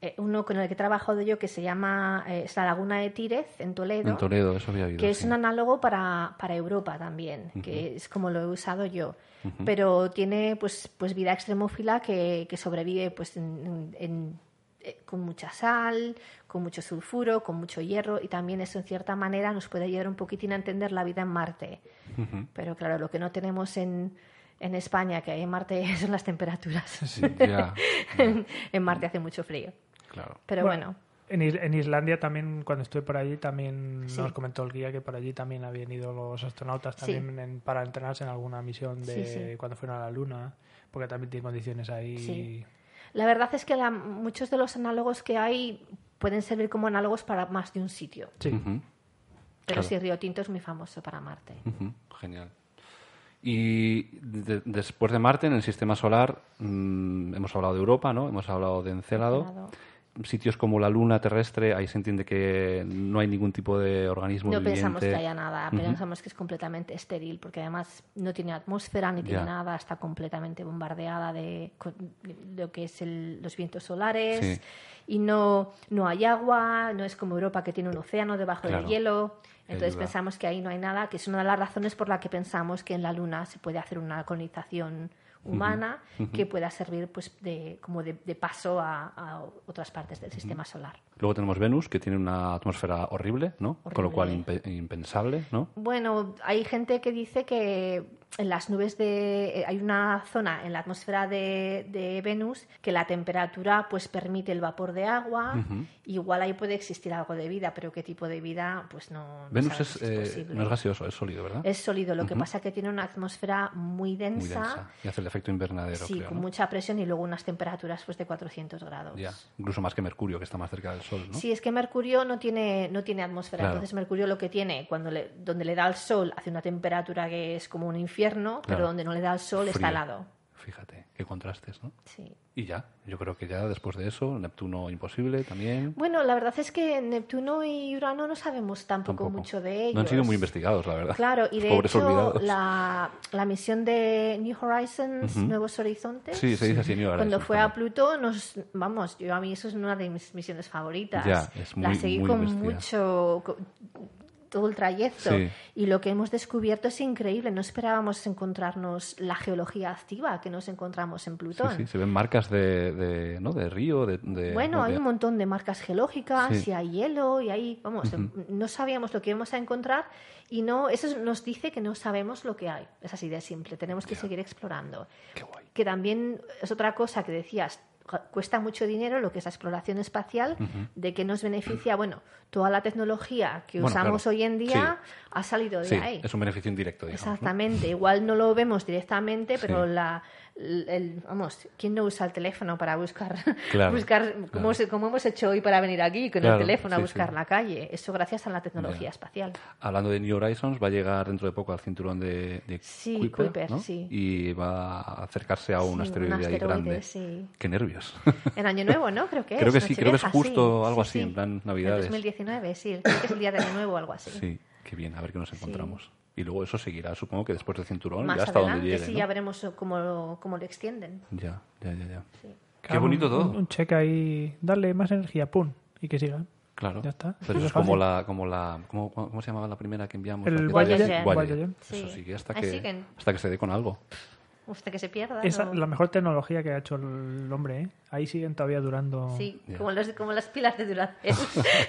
eh, uno con el que he trabajado yo que se llama eh, es la Laguna de Tírez, en Toledo.
En Toledo, eso había habido.
que es
sí.
un análogo para, para Europa también, que es como lo he usado yo, pero tiene pues, pues vida extremófila que, que sobrevive pues en- en- en- eh, con mucha sal, con mucho sulfuro, con mucho hierro y también eso en cierta manera nos puede ayudar un poquitín a entender la vida en Marte. Pero claro, lo que no tenemos en, en España, que hay en Marte, [laughs] son las temperaturas. [laughs]
Sí, ya,
en Marte hace mucho frío.
claro.
Pero bueno,
En, Is- en Islandia también, cuando estuve por allí, también
Sí.
nos comentó el guía que por allí también habían ido los astronautas
Sí.
también en- para entrenarse en alguna misión de
Sí, sí.
cuando fueron a la Luna, porque también tiene condiciones ahí.
Sí. La verdad es que la- muchos de los análogos que hay pueden servir como análogos para más de un sitio.
Sí.
Ujú. Claro.
Pero sí, Río Tinto es muy famoso para Marte.
Ujú, Genial. Y de- después de Marte, en el sistema solar, mm, hemos hablado de Europa, ¿no? Hemos hablado de Encélado.
Encélado.
Sitios como la Luna terrestre, ahí se entiende que no hay ningún tipo de organismo
No
viviente.
pensamos que haya nada,
Ujú.
pensamos que es completamente estéril, porque además no tiene atmósfera ni tiene
Ya.
nada, está completamente bombardeada de, con- de lo que es el- los vientos solares
Sí.
y no, no hay agua, no es como Europa que tiene un océano debajo
Claro.
del hielo. Entonces
Ayuda.
pensamos que ahí no hay nada, que es una de las razones por la que pensamos que en la Luna se puede hacer una colonización humana que pueda servir pues de, como de, de paso a, a otras partes del sistema solar.
Luego tenemos Venus, que tiene una atmósfera horrible, ¿no? Con lo cual
Horrible.
impe- impensable, ¿no?
Bueno, hay gente que dice que en las nubes de... eh, hay una zona en la atmósfera de, de Venus que la temperatura pues permite el vapor de agua.
Ujú.
Igual ahí puede existir algo de vida, pero qué tipo de vida pues no... no
Venus
sabemos
es,
si es
eh,
posible.
no es gaseoso, es sólido, ¿verdad?
Es sólido, lo que
Ujú.
pasa que tiene una atmósfera muy densa,
Muy densa. Y hace el efecto invernadero,
sí,
creo,
con
¿no?
mucha presión y luego unas temperaturas pues de 400 grados.
Ya. Incluso más que Mercurio, que está más cerca del Sol, ¿no?
Sí, es que Mercurio no tiene, no tiene atmósfera.
Claro.
Entonces, Mercurio lo que tiene, cuando le, donde le da el sol, hace una temperatura que es como un infierno, pero
Claro.
donde no le da el sol
Frío.
está helado.
Fíjate, qué contrastes, ¿no?
Sí.
Y ya, yo creo que ya después de eso, Neptuno imposible también.
Bueno, la verdad es que Neptuno y Urano no sabemos tampoco,
Tampoco.
mucho de ellos.
No han sido muy investigados, la verdad.
Claro, y
Los
de
pobres
hecho,
olvidados.
la, la misión de New Horizons,
Ujú.
Nuevos Horizontes,
[laughs] Sí, se dice así, New
cuando
Horizons
fue a
también.
Pluto, nos, vamos, yo a mí eso es una de mis misiones favoritas.
Ya, es muy-
la seguí
muy
con
bestia.
mucho, con todo el trayecto.
Sí.
Y lo que hemos descubierto es increíble. No esperábamos encontrarnos la geología activa que nos encontramos en Plutón.
Sí, sí, se ven marcas de, de, ¿no? de río, de... de-
Bueno,
no,
hay
de-
un montón de marcas geológicas
Sí.
y hay hielo y hay, vamos, no sabíamos lo que íbamos a encontrar y no, eso nos dice que no sabemos lo que hay. Es así de simple, tenemos que seguir explorando.
Qué guay.
Que también es otra cosa que decías, cu- cuesta mucho dinero lo que es la exploración espacial, de que nos beneficia, bueno, toda la tecnología que
Bueno,
usamos
claro.
hoy en día ha salido de
Sí,
ahí.
es un beneficio indirecto, digamos. ¿no?
Exactamente, igual no lo vemos directamente, pero
Sí.
la, el, el- vamos, ¿quién no usa el teléfono para buscar, [laughs]
Claro,
buscar como,
claro.
se- como hemos hecho hoy para venir aquí con
Claro,
el teléfono a
sí,
buscar
sí.
la calle? Eso gracias a la tecnología
Ya.
espacial.
Hablando de New Horizons, va a llegar dentro de poco al cinturón de, de
Sí,
Kuiper,
Kuiper,
¿no?
sí.
y va a acercarse a
Sí,
un
un
asteroide,
asteroide,
ahí grande.
sí.
Qué nervios.
En Año Nuevo, ¿no? Creo que
Creo
es.
que sí, creo que es
Nochevieja,
justo algo
sí,
así, en
sí.
plan Navidades.
En 2019, sí, creo que es el día de Año Nuevo o algo así.
[laughs] sí, qué bien, a ver qué nos encontramos. Y luego eso seguirá, supongo que después del cinturón,
Más
ya hasta
adelante,
donde llegue.
sí,
¿no?
ya veremos cómo lo, cómo lo extienden.
ya, ya, ya, ya.
Sí.
Qué bonito
Un-
todo.
Un, un check ahí, darle más energía, pum, y que siga.
Claro.
Ya está. Eso
Pero eso
es
es como
fácil.
la, como la, ¿cómo, cómo- cómo se llamaba la primera que enviamos?
El
La que-
Voyager.
Voyager.
Voyager.
Eso
Sí.
sigue hasta
Ahí
que,
siguen.
hasta que se dé con algo.
Usted que se pierda.
Esa
¿no?
es la mejor tecnología que ha hecho el hombre, ¿eh? Ahí siguen todavía durando.
Sí,
Ya.
como, los- como las pilas de
[laughs]
Duracell. [laughs]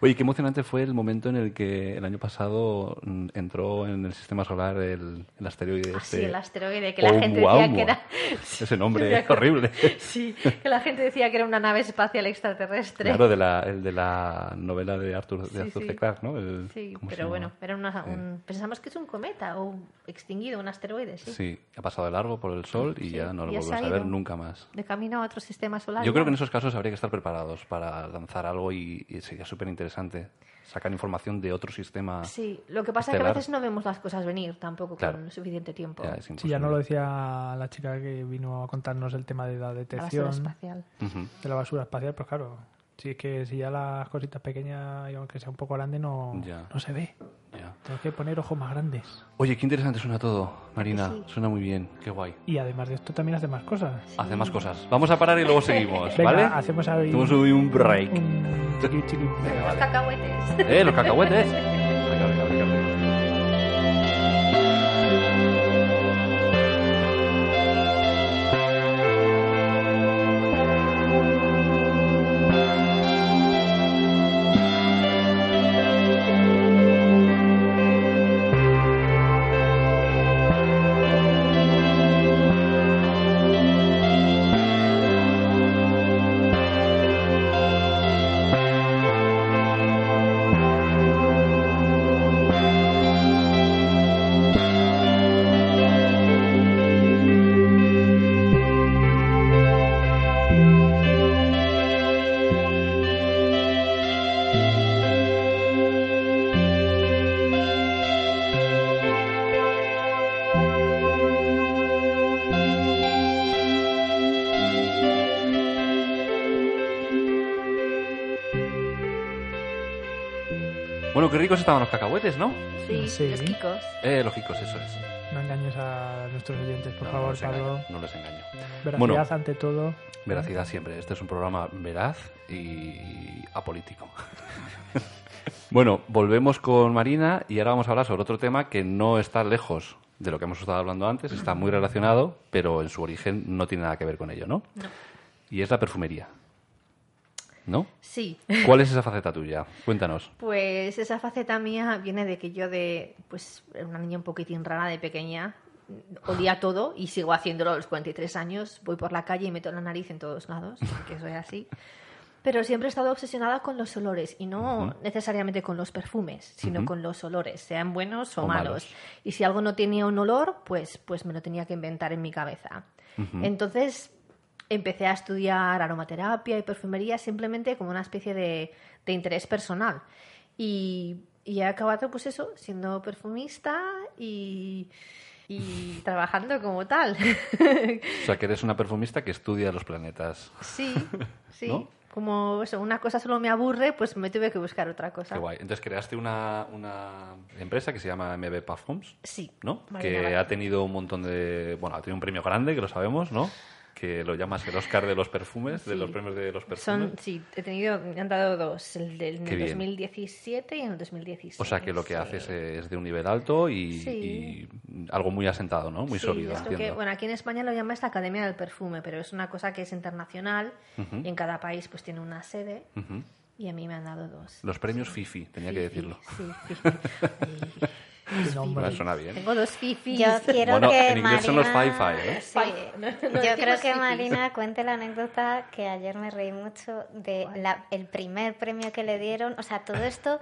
Oye, qué emocionante fue el momento en el que el año pasado mm, entró en el sistema solar el, el asteroide
Ah,
este.
sí, el asteroide que la gente decía
Oumuamua.
que era
[laughs] Ese
[laughs]
nombre
decía que-
horrible.
sí, que la gente decía que era una nave espacial extraterrestre.
Claro, de la, el de la novela de Arthur, de
Sí,
Arthur
sí.
C. Clarke, ¿no? El-
Sí,
¿cómo se Eh.
pero
llama?
bueno, era una-
Sí.
un- pensamos que es un cometa o un extinguido, un asteroide, sí.
Sí, ha pasado de largo por el sol y
Sí,
ya no lo
ya se
volvemos
ha
a ver
ido.
nunca más.
De camino a otro sistema solar.
Yo
ya.
creo que en esos casos habría que estar preparados para lanzar algo y, y sería súper interesante sacar información de otro sistema.
Sí, lo que pasa es que a
estelar.
veces no vemos las cosas venir tampoco
Claro.
con suficiente tiempo.
Ya, es
Sí, ya no lo
imposible.
decía la chica que vino a contarnos el tema de la
a la basura
detección
espacial.
Ujú.
de la basura espacial, pues claro, si es que si ya las cositas pequeñas, y aunque sea un poco grande, no,
Ya.
no se ve.
Ya.
Tenemos que poner ojos más grandes.
Oye, qué interesante suena todo, Marina.
sí?
Suena muy bien, qué guay.
Y además de esto también hace más cosas.
Hace más cosas. Vamos a parar y luego seguimos,
Venga,
¿vale?
hacemos ahí
Hacemos hoy un break.
un chiqui, chiqui.
Venga,
Los
vale.
cacahuetes.
¡Eh, los cacahuetes! Venga, venga, venga, venga.
Thank
Bueno, qué ricos estaban los cacahuetes, ¿no?
Sí,
Sí.
los kikos.
Eh, lógicos, eso es.
No engañes a nuestros oyentes, por
No, no
favor,
los engaño,
Pablo.
no los engaño.
Veracidad
Bueno.
ante todo.
Veracidad siempre. Este es un programa veraz y apolítico. [laughs] bueno, volvemos con Marina y ahora vamos a hablar sobre otro tema que no está lejos de lo que hemos estado hablando antes, está muy relacionado, pero en su origen no tiene nada que ver con ello, ¿no?
No.
Y es la perfumería. ¿No?
Sí.
¿Cuál es esa faceta tuya? Cuéntanos.
Pues esa faceta mía viene de que yo de, pues, era una niña un poquitín rara de pequeña, olía todo y sigo haciéndolo a los 43 años, voy por la calle y meto la nariz en todos lados, que soy así. Pero siempre he estado obsesionada con los olores y no necesariamente con los perfumes, sino con los olores, sean buenos o,
O
malos.
malos.
Y si algo no tenía un olor, pues, pues me lo tenía que inventar en mi cabeza. Entonces empecé a estudiar aromaterapia y perfumería simplemente como una especie de, de interés personal. Y, y he acabado, pues eso, siendo perfumista y, y trabajando como tal. [laughs]
O sea, que eres una perfumista que estudia los planetas.
sí, sí.
¿No?
Como eso, una cosa solo me aburre, pues me tuve que buscar otra cosa.
Qué guay. Entonces creaste una, una empresa que se llama MB Parfums.
Sí.
¿no?
Marina
que
Vázquez.
ha tenido un montón de. Bueno, ha tenido un premio grande, que lo sabemos, ¿no? Que lo llamas el Oscar de los perfumes, de
Sí.
los premios de los perfumes.
Son, sí, he tenido, me han dado dos, el del en
Qué
el
bien.
2017 y en el 2016.
O sea que lo que
sí.
haces es de un nivel alto y,
Sí.
y algo muy asentado, ¿no? Muy
Sí,
sólido,
es lo que-
entiendo.
bueno, aquí en España lo llaman esta Academia del Perfume, pero es una cosa que es internacional y en cada país pues tiene una sede
Ujú.
y a mí me han dado dos.
Los premios Fifi, tenía que decirlo. [laughs] Ah,
Sí, sí. Ay, los
nombre.
fifis.
Suena bien.
Tengo dos fifis.
Yo quiero
Bueno,
que
en inglés
Marina...
son los Fi-Fi, ¿eh?
Sí.
Fi- no, no
Yo
decimos
creo que
fifis.
Marina cuente la anécdota que ayer me reí mucho de la- el primer premio que le dieron. O sea, todo esto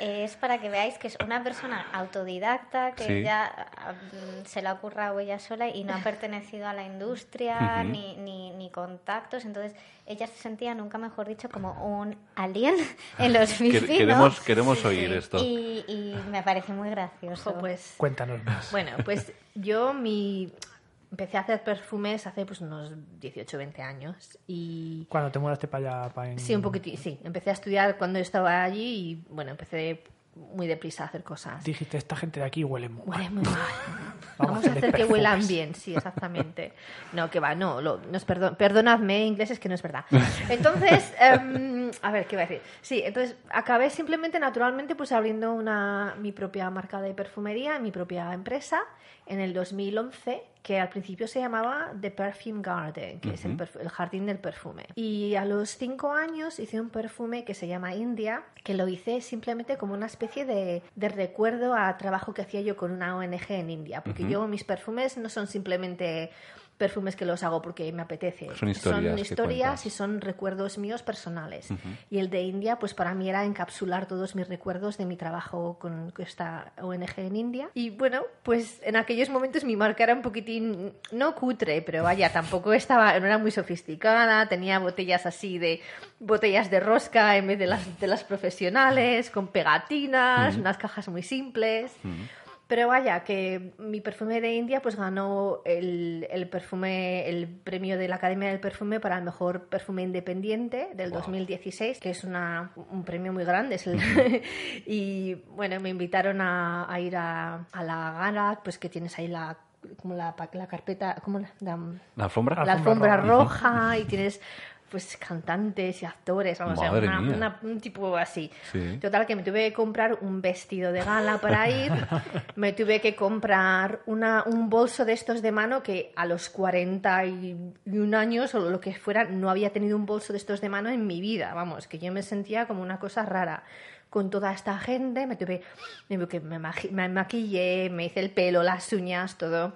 es para que veáis que es una persona autodidacta, que
Sí.
ya ah, mm, se la ha currado ella sola y no ha pertenecido a la industria
Ujú.
ni, ni- ni contactos. Entonces, ella se sentía, nunca mejor dicho, como un alien en
[laughs]
los
Que-
filmes.
queremos queremos oír esto.
Y, y me parece muy gracioso.
Ojo, pues
Cuéntanos más.
Bueno, pues yo mi... empecé a hacer perfumes hace pues unos 18, 20 años y
Cuando te mudaste para allá, para en-
sí, un poquitín, sí, empecé a estudiar cuando estaba allí y bueno, empecé muy deprisa a hacer cosas.
Dijiste, esta gente de aquí huele muy mal.
Huele muy mal. Vamos, a
hacerle
hacer que
perfumes.
huelan bien, sí, exactamente. No, que va, no, lo- nos perdon- perdonadme, inglés es que no es verdad. Entonces, em, a ver, ¿qué iba a decir? Sí, entonces acabé simplemente, naturalmente, pues abriendo una, mi propia marca de perfumería, mi propia empresa, en el 2011, que al principio se llamaba The Perfume Garden, que es el, perf- el jardín del perfume. Y a los cinco años hice un perfume que se llama India, que lo hice simplemente como una especie de, de recuerdo a trabajo que hacía yo con una ONG en India, porque yo mis perfumes no son simplemente perfumes que los hago porque me apetece.
Son historias que
historias
cuentas.
y son recuerdos míos personales. Y el de India, pues para mí era encapsular todos mis recuerdos de mi trabajo con esta ONG en India. Y bueno, pues en aquellos momentos mi marca era un poquitín, no cutre, pero vaya, tampoco estaba, no era muy sofisticada, tenía botellas así de, botellas de rosca en vez de las, de las profesionales, con pegatinas, unas cajas muy simples. Pero vaya, que mi perfume de India pues ganó el, el perfume, el premio de la Academia del Perfume para el mejor perfume independiente del
Wow.
2016, que es una, un premio muy grande. es el- [laughs] y bueno, me invitaron a, a ir a, a la gala, pues que tienes ahí la como la, pa- la carpeta, como la, la-
¿La alfombra?
la alfombra
Alfombra
roja, y tienes pues cantantes y actores, vamos, o sea,
Madre
una-
mía.
una- un tipo así.
Sí.
Total, que me tuve que comprar un vestido de gala para
[laughs]
ir, me tuve que comprar una, un bolso de estos de mano que a los 41 años o lo que fuera no había tenido un bolso de estos de mano en mi vida, vamos, que yo me sentía como una cosa rara. Con toda esta gente me tuve, me, tuve que- me maqui- me maquillé, me hice el pelo, las uñas, todo.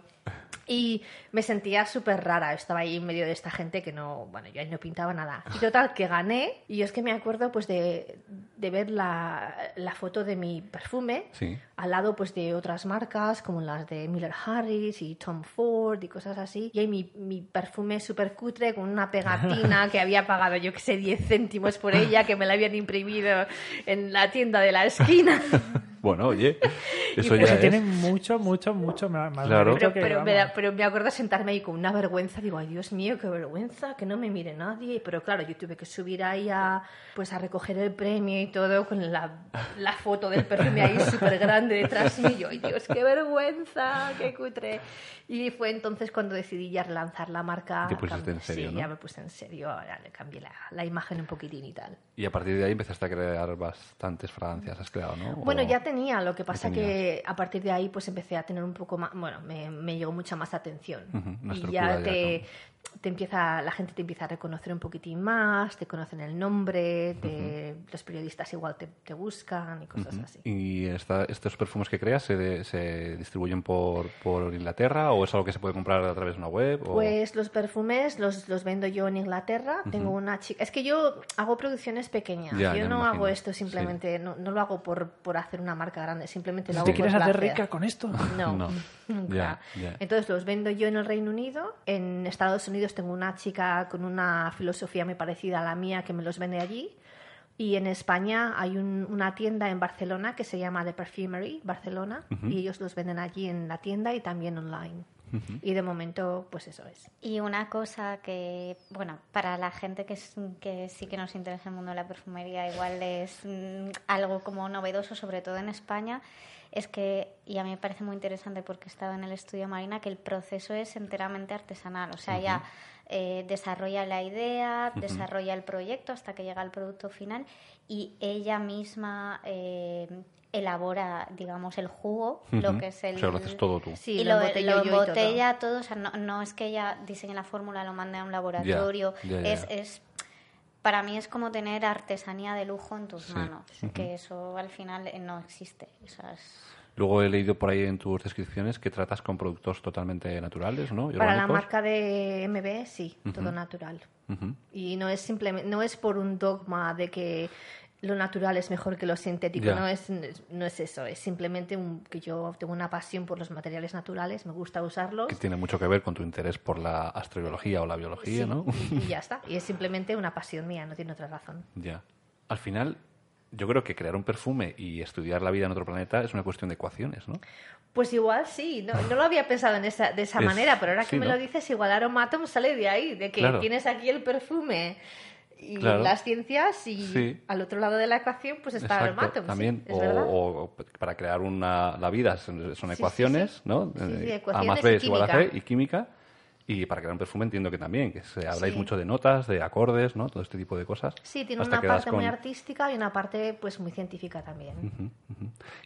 Y me sentía súper rara, estaba ahí en medio de esta gente que no, bueno, yo ahí no pintaba nada. Y total, que gané, y yo es que me acuerdo pues de, de ver la, la foto de mi perfume
Sí.
al lado pues de otras marcas como las de Miller Harris y Tom Ford y cosas así. Y ahí mi, mi perfume súper cutre con una pegatina que había pagado yo que sé 10 céntimos por ella, que me la habían imprimido en la tienda de la esquina.
Bueno,
[laughs]
oye, eso
Y
pues
ya
se
es.
tiene mucho, mucho, mucho ma- más.
Claro.
mérito
Pero,
que,
pero, me
vamos.
da- pero me acuerdo sentarme ahí con una vergüenza, digo, ay Dios mío, qué vergüenza, que no me mire nadie. Pero claro, yo tuve que subir ahí a, pues, a recoger el premio y todo, con la, la foto del perfume ahí súper grande detrás mío. Ay Dios, qué vergüenza, qué cutre. Y fue entonces cuando decidí ya relanzar la marca.
Te pusiste
Cam-
en serio,
Sí,
¿no?
ya me puse en serio, ahora le cambié la, la imagen un poquitín y tal.
Y a partir de ahí empezaste a crear bastantes fragancias, has creado, ¿no?
Bueno,
O-
ya tenía, lo que pasa
tenías.
que a partir de ahí pues empecé a tener un poco más, bueno, me, me llegó mucha más atención.
Ujú, una
y
estructura
ya,
ya
te, te empieza, la gente te empieza a reconocer un poquitín más, te conocen el nombre, te- los periodistas igual te, te buscan y cosas así.
¿Y esta- estos perfumes que creas se, de- se distribuyen por, por Inglaterra o es algo que se puede comprar a través de una web? o-
Pues los perfumes los, los vendo yo en Inglaterra. Tengo una chica. Es que yo hago producciones pequeñas.
Ya, ya
yo
me
no hago
imagino.
esto simplemente, no, no lo hago por, por hacer una marca grande, simplemente lo hago
¿Te
por
quieres hacer
placer.
rica con
[laughs]
esto?
No,
No.
[laughs] nunca.
Ya, ya.
Entonces los vendo yo en el Reino Unido. En Estados Unidos tengo una chica con una filosofía muy parecida a la mía que me los vende allí. Y en España hay un- una tienda en Barcelona que se llama The Perfumery Barcelona y ellos los venden allí en la tienda y también online. Y de momento, pues eso es.
Y una cosa que, bueno, para la gente que, es- que sí que nos interesa el mundo de la perfumería, igual es mm, algo como novedoso, sobre todo en España, es que, y a mí me parece muy interesante porque he estado en el estudio Marina, que el proceso es enteramente artesanal. O sea, ya eh, desarrolla la idea, desarrolla el proyecto hasta que llega al producto final y ella misma eh, elabora, digamos, el jugo, lo
Ujú.
que es el...
O sea, lo haces todo tú.
Sí,
y
lo
lo,
embotello
lo
yo y todo.
embotella todo. o sea, no, no es que ella diseñe la fórmula, lo mande a un laboratorio,
ya, ya.
Es, es- para mí es como tener artesanía de lujo en tus
Sí.
manos, que eso al final eh, no existe. o sea, es-
Luego he leído por ahí en tus descripciones que tratas con productos totalmente naturales, ¿no? Y
Para la
orgánicos.
marca de MB, sí, todo natural.
Ujú.
Y no es simplemente, no es por un dogma de que lo natural es mejor que lo sintético,
Ya.
no es, no es eso, es simplemente un- que yo tengo una pasión por los materiales naturales, me gusta usarlos.
Que tiene mucho que ver con tu interés por la astrobiología o la
sí,
biología, ¿no? [laughs]
y, y ya está. Y es simplemente una pasión mía, no tiene otra razón.
Ya. Al final, yo creo que crear un perfume y estudiar la vida en otro planeta es una cuestión de ecuaciones, ¿no?
Pues igual sí, no, no lo había pensado en esa, de esa
Es-
manera, pero ahora
sí,
que me
¿no?
lo dices, igual Aromatom sale de ahí, de que
Claro.
tienes aquí el perfume y
Claro.
las ciencias y
Sí.
al otro lado de la ecuación pues está
Exacto,
Aromatom. sí,
También,
es
o,
verdad.
o para crear una, la vida son, son
sí,
ecuaciones,
sí.
¿no?
Sí, sí,
Eh,
ecuaciones
A más B
y
es igual a C
química.
y química. Y para crear un perfume entiendo que también, que se, habláis
Sí.
mucho de notas, de acordes, ¿no? Todo este tipo de cosas.
Sí, tiene
Hasta
una
que das
parte muy
con-
artística y una parte pues muy científica también.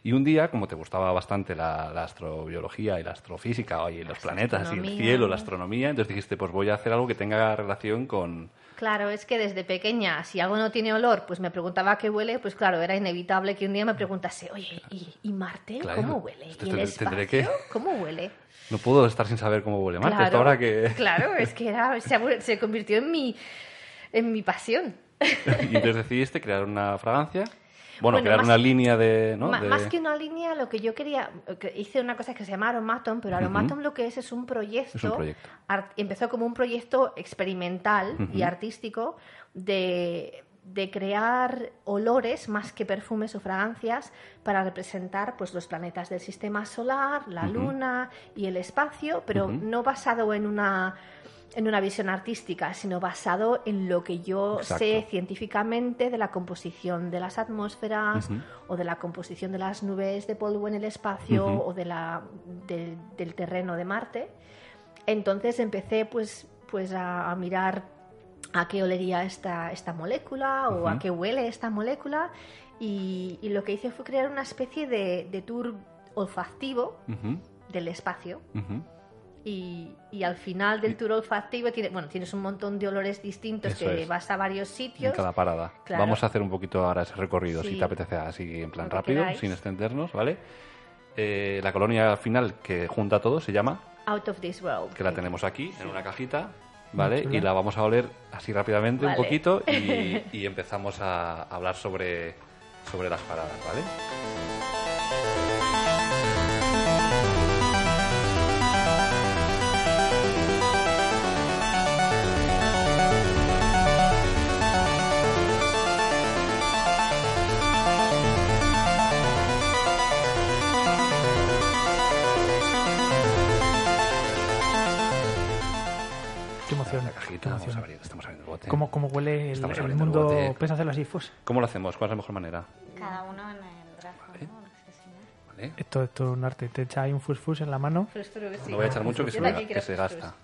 Y un día, como te gustaba bastante la, la astrobiología y la astrofísica, y los planetas y el
astronomía.
cielo, la astronomía, entonces dijiste, pues voy a hacer algo que tenga relación con...
Claro, es que desde pequeña, si algo no tiene olor, pues me preguntaba a qué huele, pues claro, era inevitable que un día me preguntase, oye, ¿y, y Marte
Claro.
cómo huele?
Esto
¿Y el
tendré- tendré
espacio
que-
cómo huele?
No puedo estar sin saber cómo huele Marte, hasta ahora que...
claro, es que era, se, ha vuel- se convirtió en mi, en mi pasión.
[laughs] y entonces decidiste crear una fragancia, bueno,
Bueno,
crear
más-
una línea de... ¿no?
Ma-
de-
Más que una línea, lo que yo quería, que hice una cosa que se llama Aromatom, pero Aromatom lo que es es un proyecto,
Es un proyecto.
ar- empezó como un proyecto experimental y
Ujú.
artístico de, de crear olores más que perfumes o fragancias para representar pues los planetas del sistema solar, la luna y el espacio, pero
Ujú.
no basado en una en una visión artística, sino basado en lo que yo
Exacto.
sé científicamente de la composición de las atmósferas o de la composición de las nubes de polvo en el espacio
Ujú.
o de la, de- del terreno de Marte. Entonces empecé pues, pues a, a mirar a qué olería esta, esta molécula o a
Ujú.
qué huele esta molécula y, y lo que hice fue crear una especie de, de tour olfactivo
Ujú,
del espacio
ujú.
y, y al final del tour olfactivo tiene, bueno, tienes un montón de olores distintos
Eso
que
es.
vas a varios
En
sitios.
cada parada.
Claro.
Vamos a hacer un poquito ahora ese recorrido, si
Sí.
te apetece, así en plan
Lo que
rápido,
queráis.
sin extendernos, ¿vale? Eh, la colonia final que junta todo se llama,
Out of this world.
que la tenemos aquí en una cajita, ¿vale?
Muy chula.
Y la vamos a oler así rápidamente
Vale.
un poquito
[laughs]
y, y empezamos a hablar sobre, sobre las paradas, ¿vale? la cajita, vamos a abrir, estamos abriendo el bote.
¿Cómo, cómo huele el,
Estamos
el
abriendo el
mundo?
bote.
¿Puedes hacerlo así? Pues,
¿Cómo lo hacemos? ¿Cuál es la mejor manera?
Cada uno en el brazo,
Eh.
¿no? No sé si no.
¿Vale?
esto, esto es un arte. Te echa ahí un fusfus en la mano.
Frustro, sí.
No voy a echar mucho que se,
Yo
me-
también
que
creo
se
frustro.
gasta.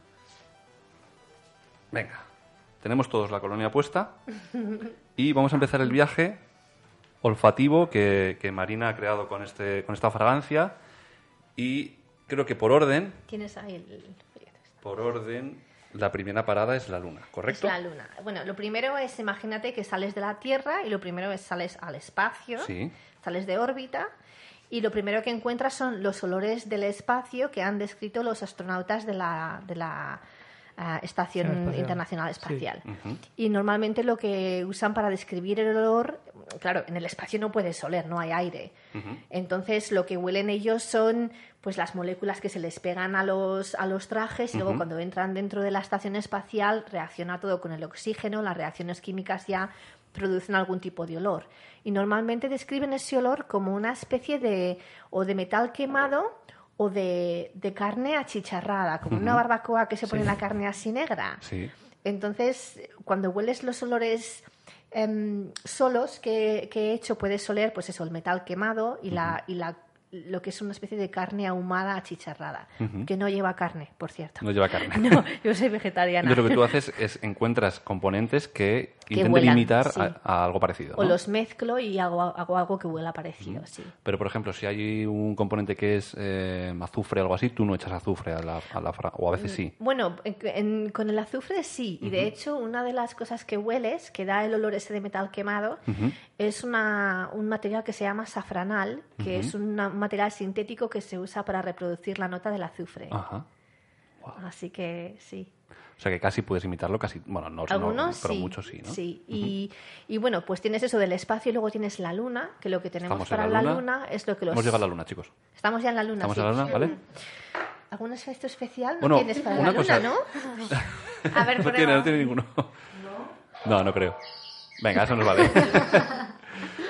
Venga, tenemos todos la colonia puesta y vamos a empezar el viaje olfativo que, que Marina ha creado con, este, con esta fragancia y creo que por orden,
Tienes ahí el- el...
por orden, la primera parada es la luna, ¿correcto?
Es la luna. Bueno, lo primero es, imagínate que sales de la Tierra y lo primero es sales al espacio,
Sí.
sales de órbita y lo primero que encuentras son los olores del espacio que han descrito los astronautas de la, de la ah, Estación
Estación Espacial.
Internacional
Sí.
Espacial.
Ujú.
Y normalmente lo que usan para describir el olor, claro, en el espacio no puedes oler, no hay aire. Entonces lo que huelen ellos son pues las moléculas que se les pegan a los, a los trajes y luego
Ujú.
cuando entran dentro de la estación espacial reacciona todo con el oxígeno, las reacciones químicas ya producen algún tipo de olor. Y normalmente describen ese olor como una especie de o de metal quemado o de, de carne achicharrada, como una
Ujú.
barbacoa que se pone la carne así negra.
Sí.
Entonces, cuando hueles los olores em, solos que, que he hecho, puedes oler, pues eso, el metal quemado y, la, y la, lo que es una especie de carne ahumada achicharrada,
Ujú.
que no lleva carne, por cierto.
No lleva carne.
[laughs] No, yo soy vegetariana.
Entonces lo que tú haces es encuentras componentes que,
Que
intenten
huelan,
imitar
sí.
a, a algo parecido.
O
¿no?
los mezclo y hago, hago algo que huela parecido, sí.
Pero, por ejemplo, si hay un componente que es eh, azufre o algo así, tú no echas azufre a la, a la fra- o a
Mm.
veces sí.
Bueno, en- en- con el azufre sí, y de hecho una de las cosas que hueles, que da el olor ese de metal quemado,
Ujú.
es una- un material que se llama safranal, que es una- un material sintético que se usa para reproducir la nota del azufre.
Ajá.
Así que sí.
O sea que casi puedes imitarlo, casi. Bueno, Pues no, no,
Algunos
pero
sí.
muchos sí, ¿no?
Y, y bueno, pues tienes eso del espacio y luego tienes la luna, que lo que tenemos
Estamos en
para
la
la
luna.
luna. es lo que los...
Hemos llegado a la luna, chicos.
Estamos ya en la luna.
Estamos
sí.
en la luna, ¿vale?
¿Algún efecto especial no
Bueno,
tienes para
una
la
cosa-
luna, no? A
[laughs]
ver,
No
prueba.
tiene, no tiene ninguno. [laughs] ¿No? No, creo. Venga, eso nos vale.
[laughs]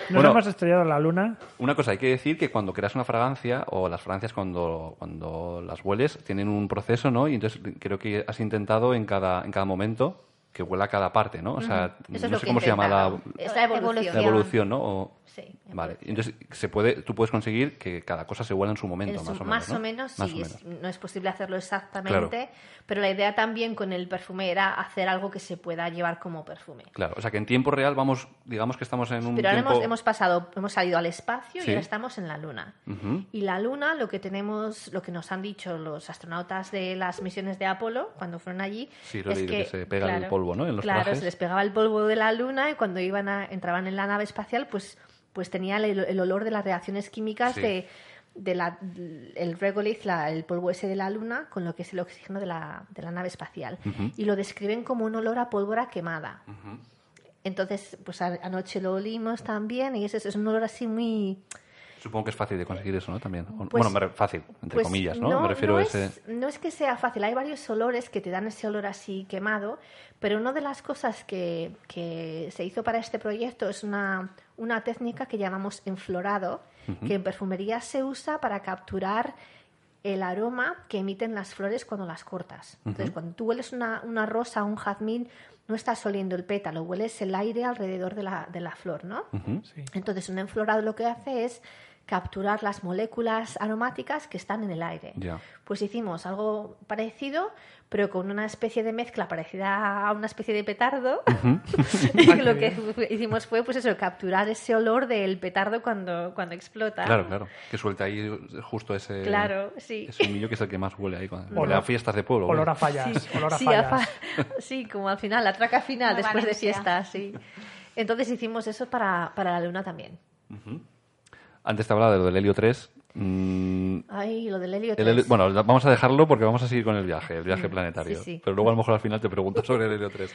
Nos
Bueno.
hemos estrellado en la luna.
Una cosa, hay que decir que cuando creas una fragancia, o las fragancias cuando, cuando las hueles, tienen un proceso, ¿no? Y entonces creo que has intentado en cada, en cada momento que huela cada parte, ¿no? O sea,
Eso es
no
lo
sé
que
cómo se llama la,
intentaba. Es la evolución.
la evolución, ¿no? O-
Sí,
Vale, entonces se puede, tú puedes conseguir que cada cosa se huela en su momento,
En
más,
su-
o menos, ¿no?
menos,
Más
sí,
o
es-
menos.
no es posible hacerlo exactamente,
Claro.
pero la idea también con el perfume era hacer algo que se pueda llevar como perfume.
Claro, o sea que en tiempo real vamos, digamos que estamos en un
Pero ahora
tiempo...
hemos, hemos pasado, hemos salido al espacio
Sí.
y ahora estamos en la Luna.
Ujú.
Y la Luna, lo que tenemos, lo que nos han dicho los astronautas de las misiones de Apolo cuando fueron allí,
Sí, lo he
es
leído, que se pega el polvo, ¿no? en los
claro,
trajes.
se les pegaba el polvo de la Luna y cuando iban a- entraban en la nave espacial, pues, pues tenía el, el olor de las reacciones químicas
Sí.
de, de la, el regolith, la- el polvo ese de la Luna, con lo que es el oxígeno de la, de la nave espacial.
Ujú.
Y lo describen como un olor a pólvora quemada.
Ujú.
Entonces, pues a- anoche lo olimos también y es, es un olor así muy...
Supongo que es fácil de conseguir eso, ¿no? También. O-
Pues-
bueno, me re- fácil, entre
pues,
comillas, ¿no? Me refiero
no
a ese...
Es, no es que sea fácil, hay varios olores que te dan ese olor así quemado, pero una de las cosas que, que se hizo para este proyecto es una, una técnica que llamamos enflorado, que en perfumería se usa para capturar el aroma que emiten las flores cuando las cortas. Entonces, cuando tú hueles una, una rosa o un jazmín, no estás oliendo el pétalo, hueles el aire alrededor de la, de la flor, ¿no?
Ujú.
Sí.
Entonces, un enflorado lo que hace es capturar las moléculas aromáticas que están en el aire.
Ya.
Pues hicimos algo parecido, pero con una especie de mezcla parecida a una especie de
[laughs]
petardo. y
Ah,
lo que fu- hicimos fue, pues eso, capturar ese olor del petardo cuando, cuando explota.
Claro, claro. Que suelta ahí justo ese...
Claro, sí.
Ese humillo que es el que más huele ahí. Cuando...
Olor-
Huele a fiestas de pueblo.
Olor
huele.
a fallas. Olor a
Sí,
fallas.
a fa- [laughs] sí, como al final, la traca final,
Como
después de
Valencia.
fiesta, sí. Entonces hicimos eso para, para la luna también.
Antes te hablaba de lo del helio 3. mm,
Ay, lo del helio
el
3.
helio- bueno, la- vamos a dejarlo porque vamos a seguir con el viaje, el viaje planetario.
sí, sí.
Pero luego a lo mejor al final te pregunto sobre el helio 3.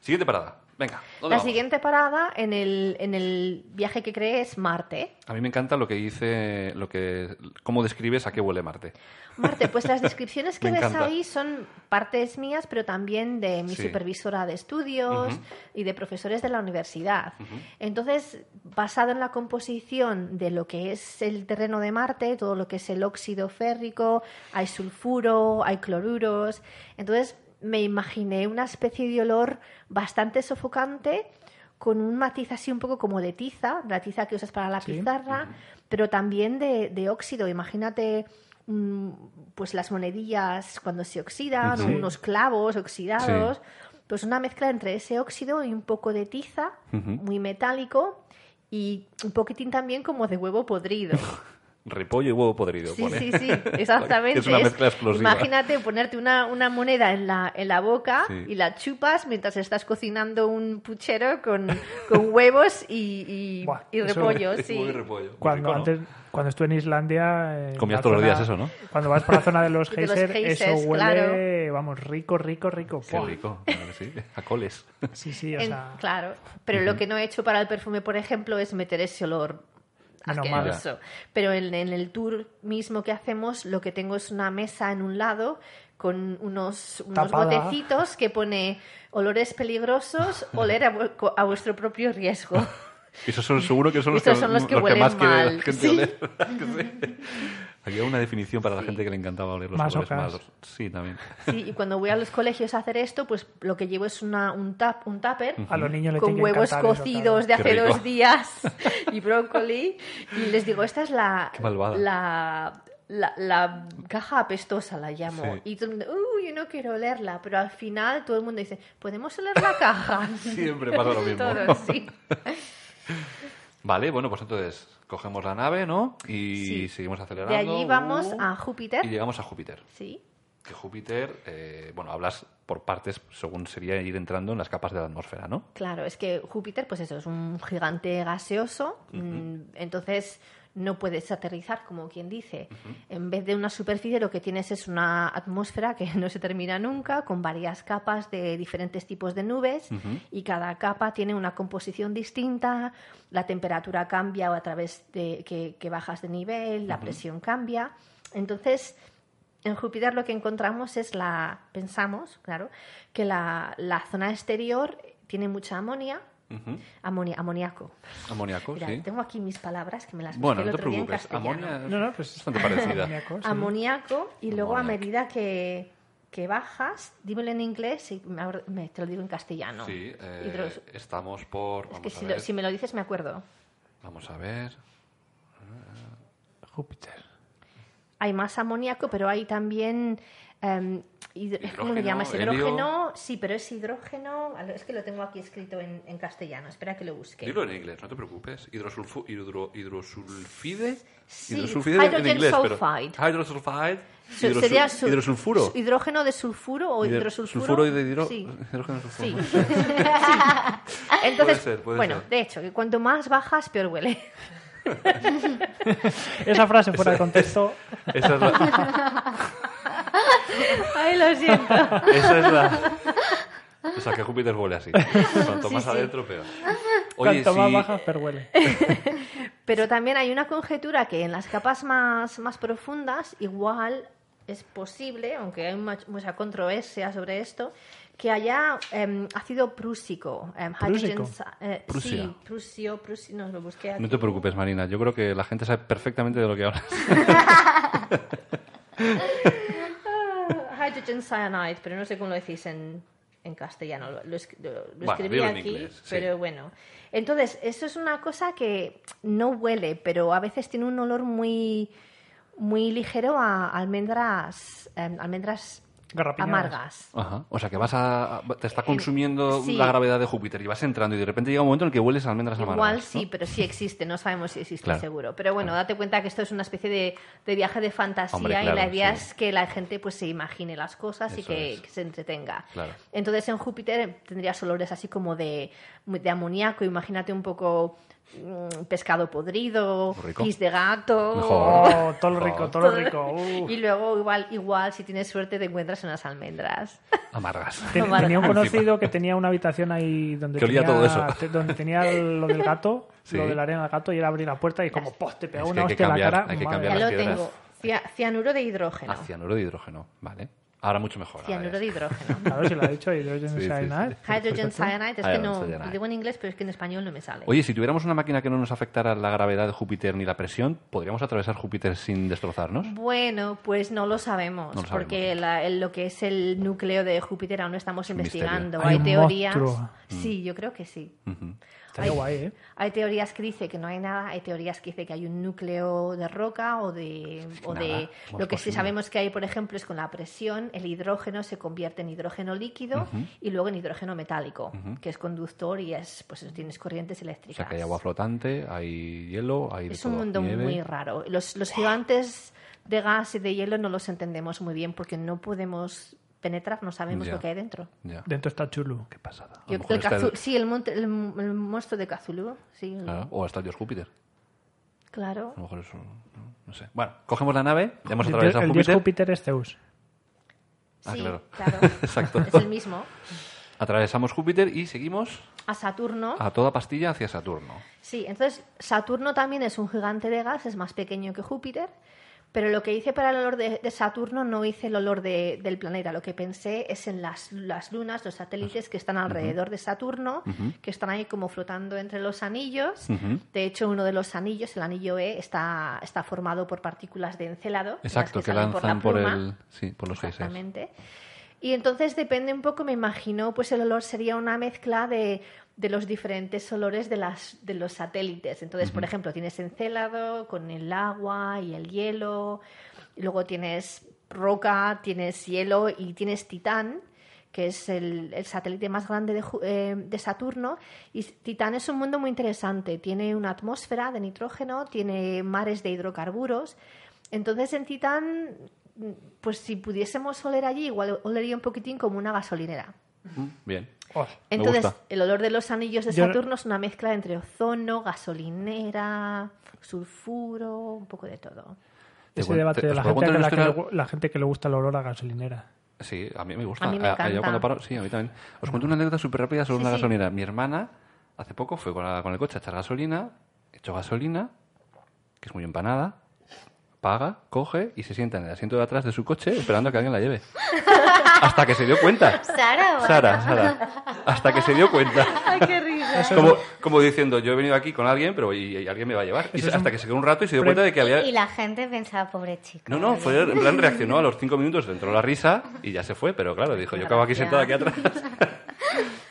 Siguiente parada. Venga. ¿dónde
La
vamos?
siguiente parada en el, en el viaje que creé es Marte.
A mí me encanta lo que dice, lo que, cómo describes a qué huele Marte.
Marte, pues las [laughs] descripciones que
Me
ves
encanta.
ahí son partes mías, pero también de mi
Sí.
supervisora de estudios
Ujú.
y de profesores de la universidad. Entonces, basado en la composición de lo que es el terreno de Marte, todo lo que es el óxido férrico, hay sulfuro, hay cloruros, entonces me imaginé una especie de olor bastante sofocante con un matiz así un poco como de tiza, la tiza que usas para la
Sí.
pizarra, pero también de, de óxido. Imagínate mm, pues las monedillas cuando se oxidan,
Ujú.
o
Sí.
unos clavos oxidados, pues una mezcla entre ese óxido y un poco de tiza,
Ujú.
muy metálico, y un poquitín también como de
[laughs]
huevo podrido.
Repollo y huevo podrido.
Sí,
pone.
sí, sí,
[laughs]
exactamente.
Es una mezcla explosiva.
Imagínate ponerte una, una moneda en la, en la boca
Sí.
y la chupas mientras estás cocinando un puchero con, con huevos y, y,
Buah,
y
eso-
[laughs]
repollo.
Es
sí.
muy repollo. muy
Cuando,
rico, ¿no?
antes, cuando estuve en Islandia... eh,
Comías
la
todos los
zona-
días eso, ¿no?
Cuando vas por la zona de los
[laughs] De los
geysers, eso
geysers,
huele, vamos, rico, rico, rico.
Qué
Buah.
rico, claro que sí. A coles.
Sí, sí, o
En-
sea...
Claro, pero lo que no he hecho para el perfume, por ejemplo, es meter ese olor
Menos mal.
asqueroso. Pero en, en el tour mismo que hacemos, lo que tengo es una mesa en un lado con unos, unos
Tapada.
botecitos que pone olores peligrosos, oler a, vu- co- a vuestro propio riesgo.
Esos son seguro que son los,
Esos
que,
son los que huelen
más quiere
mal,
la gente
sí.
oler. [laughs] que sí. Había una definición para la gente que le encantaba oler los
Más
colores
ocas.
malos. Sí, también.
Sí, y cuando voy a los colegios a hacer esto, pues lo que llevo es una, un, tap, un tupper
A los niños les
con
tiene que
huevos
encantar eso, claro.
cocidos de
Qué
hace
rico.
dos días [laughs] y brócoli. Y les digo, esta es la,
Qué malvada.
la, la, la caja apestosa, la llamo.
Sí.
Y todo el mundo, "Uh, yo no quiero olerla. Pero al final todo el mundo dice, ¿podemos oler la caja?
[laughs] Siempre pasa lo mismo.
[laughs] Todos,
[laughs]
sí.
Vale, bueno, pues entonces cogemos la nave, ¿no? Y
Sí.
seguimos acelerando.
De allí vamos
uh,
a
Y
Júpiter.
llegamos a Júpiter.
Sí.
Que Júpiter, eh, bueno, hablas por partes, según sería ir entrando en las capas de la atmósfera, ¿no?
Claro, es que Júpiter, pues eso, es un gigante gaseoso, mm, entonces no puedes aterrizar, como quien dice. En vez de una superficie, lo que tienes es una atmósfera que [laughs] no se termina nunca, con varias capas de diferentes tipos de nubes, y cada capa tiene una composición distinta, la temperatura cambia a través de que, que bajas de nivel, la presión cambia. Entonces, en Júpiter lo que encontramos es la, pensamos, claro, que la, la zona exterior tiene mucha amonia,
Ujú.
amonia amoníaco.
Amoníaco,
Mira,
Oh, sí.
tengo aquí mis palabras que me las
Bueno, no
busqué el
te
otro día en
preocupes.
castellano.
Amonia es
No, no, pues...
bastante
[laughs]
parecida.
amoníaco, sí.
Amoníaco y luego a
Amoníaco.
medida que, que bajas, dímelo en inglés y me ahor- me- te lo digo en castellano.
Sí, eh,
Hidros-
estamos por...
es
Vamos,
que si,
a
lo-
ver,
si me lo dices me acuerdo.
vamos a ver.
Júpiter.
Hay más amoníaco, pero hay también... em, hid- ¿Cómo
Hidrógeno,
lo llamas?
helio.
Hidrógeno, sí, pero es hidrógeno. Es que lo tengo aquí escrito en, en castellano. Espera que lo busque.
Dilo en inglés, no te preocupes. Hidrosulfu, hidro, hidrosulfide.
Sí,
hidrosulfide en
hydrogen
inglés, pero-
sulfide.
Hidrosulfide.
Su-
hidrosul-
sería su-
hidrosulfuro.
su- Hidrógeno de sulfuro o hidrosulfuro.
Sulfuro y de hidro...
Sí.
[laughs] hidrógeno
Sí. [laughs]
sulfuro.
Entonces,
Puede ser, puede
bueno,
ser.
de hecho, que cuanto más bajas, peor huele.
Esa frase fuera de contexto...
Esa es la...
[laughs] Ay, lo siento.
Esa es la... O sea, que Júpiter huele así. Cuanto más
Sí, sí.
adentro, peor.
Cuanto más
si-
bajas, pero huele.
Pero también hay una conjetura que en las capas más, más profundas, igual es posible, aunque hay much- mucha controversia sobre esto, que haya em, ácido prúsico. em,
¿Prúsico?
hydrogen- eh,
Prusia.
Sí, prusio, prusio, no lo busqué aquí.
No te preocupes, Marina. Yo creo que la gente sabe perfectamente de lo que hablas.
Ah, hydrogen cyanide, pero no sé cómo lo decís en, en castellano. Lo, lo es- lo- lo
Bueno,
escribí
dilo en
aquí,
inglés, sí.
pero bueno. Entonces, eso es una cosa que no huele, pero a veces tiene un olor muy, muy ligero a almendras, em, almendras
Garrapiñadas.
amargas.
Ajá. O sea, que vas a... Te está
Eh,
consumiendo
sí.
la gravedad de Júpiter y vas entrando y de repente llega un momento en el que hueles a almendras
Igual
amargas.
sí, pero sí existe, no sabemos si existe
Claro.
seguro. Pero bueno, date cuenta que esto es una especie de, de viaje de fantasía
Hombre,
y la
claro,
idea
sí.
es que la gente pues se imagine las cosas y
Eso
que,
es.
que se entretenga.
Claro.
Entonces en Júpiter tendrías olores así como de, de amoníaco, imagínate un poco mm, pescado podrido,
Muy rico.
pis de gato.
Mejor.
Oh, todo lo rico, todo lo rico. uh.
Y luego igual, igual si tienes suerte te encuentras unas almendras. [laughs]
Amargas.
Ten-
Amarga.
tenía un
Encima.
conocido que tenía una habitación ahí donde
Ah, Que olía
tenía,
todo eso.
te- donde tenía lo del gato,
[laughs] Sí.
lo de la arena del gato, y era abrir la puerta y como, ¡pof! Te pegó
Es que
una
hay que
hostia en la
cambiar,
cara.
hay que
madre.
Ya
cambiar. las
lo
piedras.
tengo. Cia- Cianuro de hidrógeno.
Hacia de hidrógeno, vale. Ahora mucho mejor. ahora
Cianuro
ya
de
Ah, está.
hidrógeno.
Claro, se lo ha dicho Hydrogen
Sí, sí,
Cyanide.
sí.
Hydrogen cyanide, es que
Hydrogen
no,
cyanide.
lo digo en inglés, pero es que en español no me sale.
Oye, si tuviéramos una máquina que no nos afectara la gravedad de Júpiter ni la presión, ¿podríamos atravesar Júpiter sin destrozarnos?
Bueno, pues no lo sabemos,
No lo sabemos.
porque la- el- lo que es el núcleo de Júpiter aún no estamos
un misterio.
investigando.
Hay
Hay,
un
teorías.
monstruo.
Sí, yo creo que sí.
Ujú.
Estaría guay, ¿eh?
Hay teorías que dice que no hay nada, hay teorías que dice que hay un núcleo de roca o de, o
nada,
de
no
lo
es
que sí
posible.
sabemos que hay, por ejemplo, es con la presión el hidrógeno se convierte en hidrógeno líquido y luego en hidrógeno metálico, que es conductor y es pues tienes corrientes
O
eléctricas.
sea, que hay agua flotante, hay hielo, hay de
es un
todo,
mundo
nieve.
muy raro. Los, los gigantes de gas y de hielo no los entendemos muy bien porque no podemos penetrar, no sabemos
Ya.
lo que hay dentro.
Ya.
Dentro está Chulu.
Qué pasada. A lo
Yo-
mejor
el
está el- Ah.
Cazu- Sí, el, monte- el- el monstruo de Cthulhu, sí, el-
Claro, O hasta el dios Júpiter.
claro.
A lo mejor es un... no- No sé. Bueno, cogemos la nave, ya hemos
El dios-
atravesado
el dios
Júpiter.
Júpiter es Zeus.
Ah,
sí,
claro.
claro.
[laughs] Exacto.
Es el mismo.
Atravesamos Júpiter y seguimos
A Saturno.
a toda pastilla hacia Saturno.
Sí, entonces Saturno también es un gigante de gas, es más pequeño que Júpiter. Pero lo que hice para el olor de, de Saturno no hice el olor de- del planeta. Lo que pensé es en las, las lunas, los satélites que están alrededor de Saturno, que están ahí como flotando entre los anillos.
Ujú.
De hecho, uno de los anillos, el anillo E, está, está formado por partículas de encélado. las
Exacto, que,
salen por la
lanzan por,
pluma.
el... Sí, por los géiseres.
Exactamente. Y entonces depende un poco, me imagino, pues el olor sería una mezcla de, de los diferentes olores de, las, de los satélites. Entonces, por ejemplo, tienes encélado con el agua y el hielo, y luego tienes roca, tienes hielo y tienes titán que es el, el satélite más grande de, Ju- eh, de Saturno. Y Titán es un mundo muy interesante. Tiene una atmósfera de nitrógeno, tiene mares de hidrocarburos. Entonces en Titán, mm, pues si pudiésemos oler allí, igual olería un poquitín como una gasolinera.
Mm, Bien. Me
Entonces,
gusta.
el olor de los anillos de
Yo-
Saturno es una mezcla entre ozono, gasolinera, sulfuro, un poco de todo.
Te
Ese
cuen-
debate
te-
de
os
la
puedo
gente, a
contar
la,
una
que le,
historia-
gu- la gente que le gusta el olor a gasolinera.
Sí, a mí me gusta. Eh,
A mí me
yo
encanta.
cuando paro, sí, a mí también. Os cuento una anécdota súper rápida sobre
Sí,
una
sí.
gasolinera. Mi hermana hace poco fue con, la- con el coche a echar gasolina, echó gasolina, que es muy empanada, paga, coge y se sienta en el asiento de atrás de su coche esperando a que alguien la
[laughs]
lleve. Hasta que se dio cuenta.
Sara,
Sara, Sara. Hasta que se dio cuenta.
[laughs] Ay, qué risa.
Como, como diciendo, yo he venido aquí con alguien, pero y, y alguien me va a llevar. Y
Eso es
hasta
un
que se quedó un rato y se dio
pre-
cuenta de que había...
Y la gente pensaba, pobre chico.
No, no, fue, en plan reaccionó a los cinco minutos, le entró la risa y ya se fue, pero claro, dijo, yo acabo aquí sentada aquí atrás.
[laughs]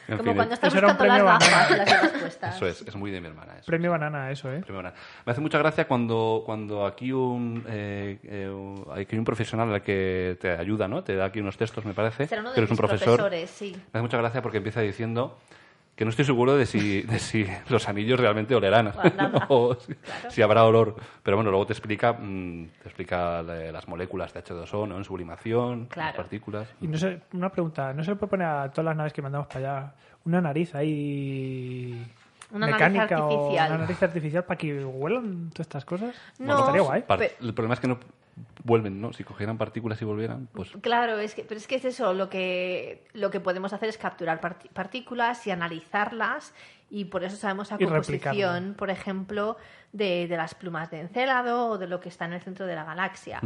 En
Como
fin,
cuando
es-
estás
Eso era un
buscando las
premio
gafas, las gafas
[laughs]
puestas.
Eso es, es muy de mi hermana. Eso.
Premio banana, eso, ¿eh?
Primero, nada. Me hace mucha gracia cuando, cuando aquí un, eh, eh, un- hay aquí un profesional al que te ayuda, ¿no? Te da aquí unos textos, me parece.
Será uno de
Pero es un
mis
profesor.
profesores, sí.
Me hace mucha gracia porque empieza diciendo que no estoy seguro de si, de si los anillos realmente olerán
O habrá-
[laughs] o si, si habrá olor. Pero bueno, luego te explica, mm, te explica eh, las moléculas de H2O, ¿no? En sublimación, las
Claro.
partículas.
Y no sé, una pregunta, ¿no se le puede poner a todas las naves que mandamos para allá una nariz ahí
Una nariz
mecánica o
artificial.
una nariz artificial para que huelan todas estas cosas?
No.
estaría guay.
Par-
Pe-
el problema es que no vuelven, ¿no? Si cogieran partículas y volvieran, pues
Claro, es que, pero es que es eso, lo que, lo que podemos hacer es capturar parti- partículas y analizarlas y por eso sabemos la
Y
composición,
replicarlo.
por ejemplo, de, de las plumas de encélado o de lo que está en el centro de la galaxia.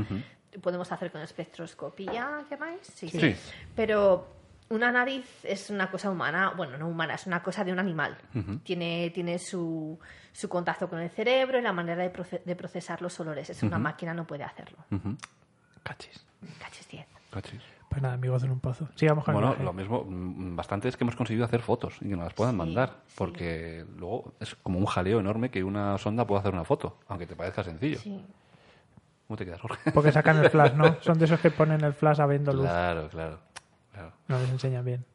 Podemos hacer con espectroscopía, ¿queréis? Sí, sí.
Sí.
Pero una nariz es una cosa humana, bueno, no humana, es una cosa de un animal. Tiene, tiene su, su contacto con el cerebro y la manera de, proce- de procesar los olores. Es una máquina, no puede hacerlo.
Cachis.
Cachis 10.
cachis.
Pues nada, amigos en un pozo. Sigamos con el
Bueno,
viaje.
lo mismo, mm, bastante es que hemos conseguido hacer fotos y que nos las puedan
Sí,
mandar,
sí.
porque luego es como un jaleo enorme que una sonda pueda hacer una foto, aunque te parezca sencillo.
Sí.
¿Cómo te quedas, Jorge?
Porque sacan el flash, ¿no? Son de esos que ponen el flash habiendo luz.
Claro, claro, claro.
No les enseñan bien.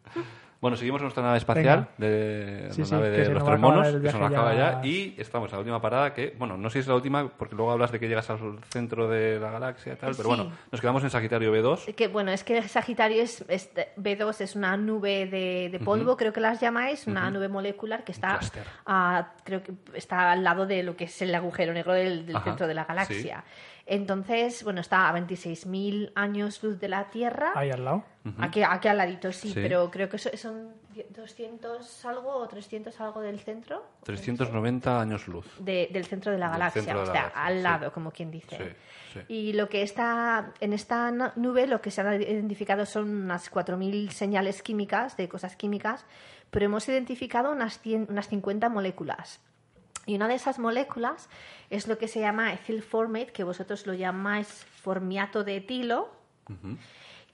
Bueno, seguimos en nuestra nave espacial, de
Sí,
la
sí, que
nave de
se nos va
los tres
a acabar
monos,
el
que se nos
viaje
acaba ya.
ya.
y estamos en la última parada que, bueno, no sé si es la última, porque luego hablas de que llegas al centro de la galaxia y tal, pero
Sí.
bueno, nos quedamos en Sagitario B2.
que bueno, es que Sagitario es, es- B2 es una nube de, de polvo, creo que las llamáis, una nube molecular que está
clúster.
ah, creo que está al lado de lo que es el agujero negro del, del
Ajá,
centro de la
sí.
galaxia. Entonces, bueno, está a 26.000 años luz de la Tierra
Ahí al lado.
Aquí, aquí al ladito, sí,
Sí.
pero creo que so- son 200 algo o 300 algo del centro.
390 años luz.
de- del centro de la
Del
galaxia,
centro de la
o sea,
galaxia, sí.
al lado, como quien dice.
Sí, sí.
Y lo que está en esta nu- nube, lo que se han identificado son unas 4.000 señales químicas, de cosas químicas, pero hemos identificado unas, 100 unas 50 moléculas. Y una de esas moléculas es lo que se llama ethyl formate, que vosotros lo llamáis formiato de etilo,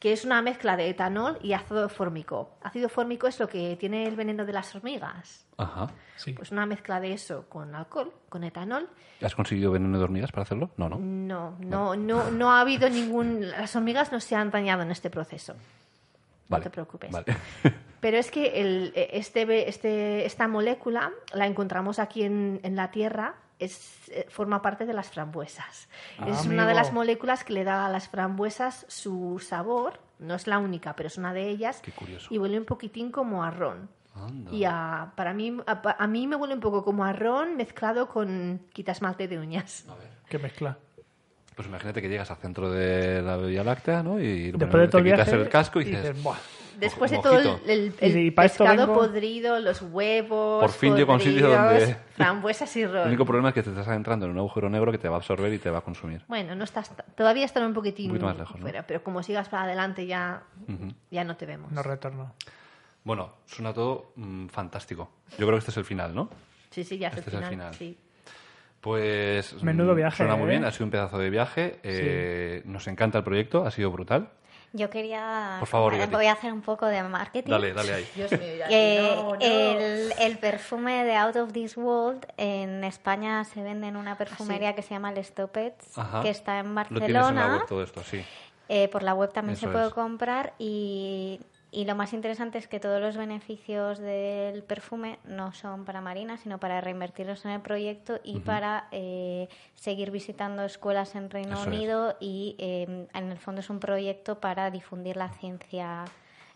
que es una mezcla de etanol y ácido fórmico. Ácido fórmico es lo que tiene el veneno de las hormigas.
Ajá.
Sí.
Pues una mezcla de eso con alcohol, con etanol,
¿Has conseguido veneno de hormigas para hacerlo? No, no.
no, no, no, no ha habido ningún. Las hormigas no se han dañado en este proceso.
Vale.
te preocupes.
Vale.
Pero es que el, eh, este, ve- este, esta molécula la encontramos aquí en, en la Tierra, es, eh, forma parte de las frambuesas.
Ah,
es una de
amigo.
las moléculas que le da a las frambuesas su sabor, no es la única, pero es una de ellas.
Qué curioso. Ah.
Y huele un poquitín como a ron.
Anda.
Y a, para mí, a, a mí me huele un poco como a ron mezclado con quitasmalte de uñas. [laughs]
Qué mezcla.
Pues imagínate que llegas al centro de la Vía Láctea, ¿no? Y lo
Después
primero
de
que
todo
te
el
quitas
viaje,
el casco y dices,
dices, "Buah".
Después de
Mo-
todo
mojito.
el, el-
Y
el
si pa' esto
pescado
vengo-
podrido, los huevos,
Por fin llego a un sitio donde-
podridos, [laughs] frambuesas y
el
ron.
único problema es que te estás adentrando en un agujero negro que te va a absorber y te va a consumir.
Bueno, no estás ta- todavía están un poquitín
Un poquito más lejos, ¿no?
fuera, pero como sigas para adelante ya, ya no te vemos.
No retorno.
Bueno, suena todo mm, fantástico. Yo creo que este es el final, ¿no?
sí, sí, ya es
Este
el
es el final.
final. sí.
Pues. mm,
Menudo viaje,
Suena muy
¿eh?
bien, ha sido un pedazo de viaje. eh, Nos encanta el proyecto, ha sido brutal.
Yo quería...
Por favor, Yoli.
voy a hacer un poco de marketing.
Dale, dale ahí.
Dios mío, ya,
Eh,
no, no.
el, el perfume de Out of This World en España se vende en
Ah,
una perfumería que se llama Les Topets,
Ajá.
que está en
Lo tienes en la
Barcelona.
web todo esto, sí.
Eh, por la web también
Eso
se puede
es.
comprar y, y lo más interesante es que todos los beneficios del perfume no son para Marina, sino para reinvertirlos en el proyecto y para eh, seguir visitando escuelas en Reino
Eso es.
Unido y eh, en el fondo es un proyecto para difundir la ciencia.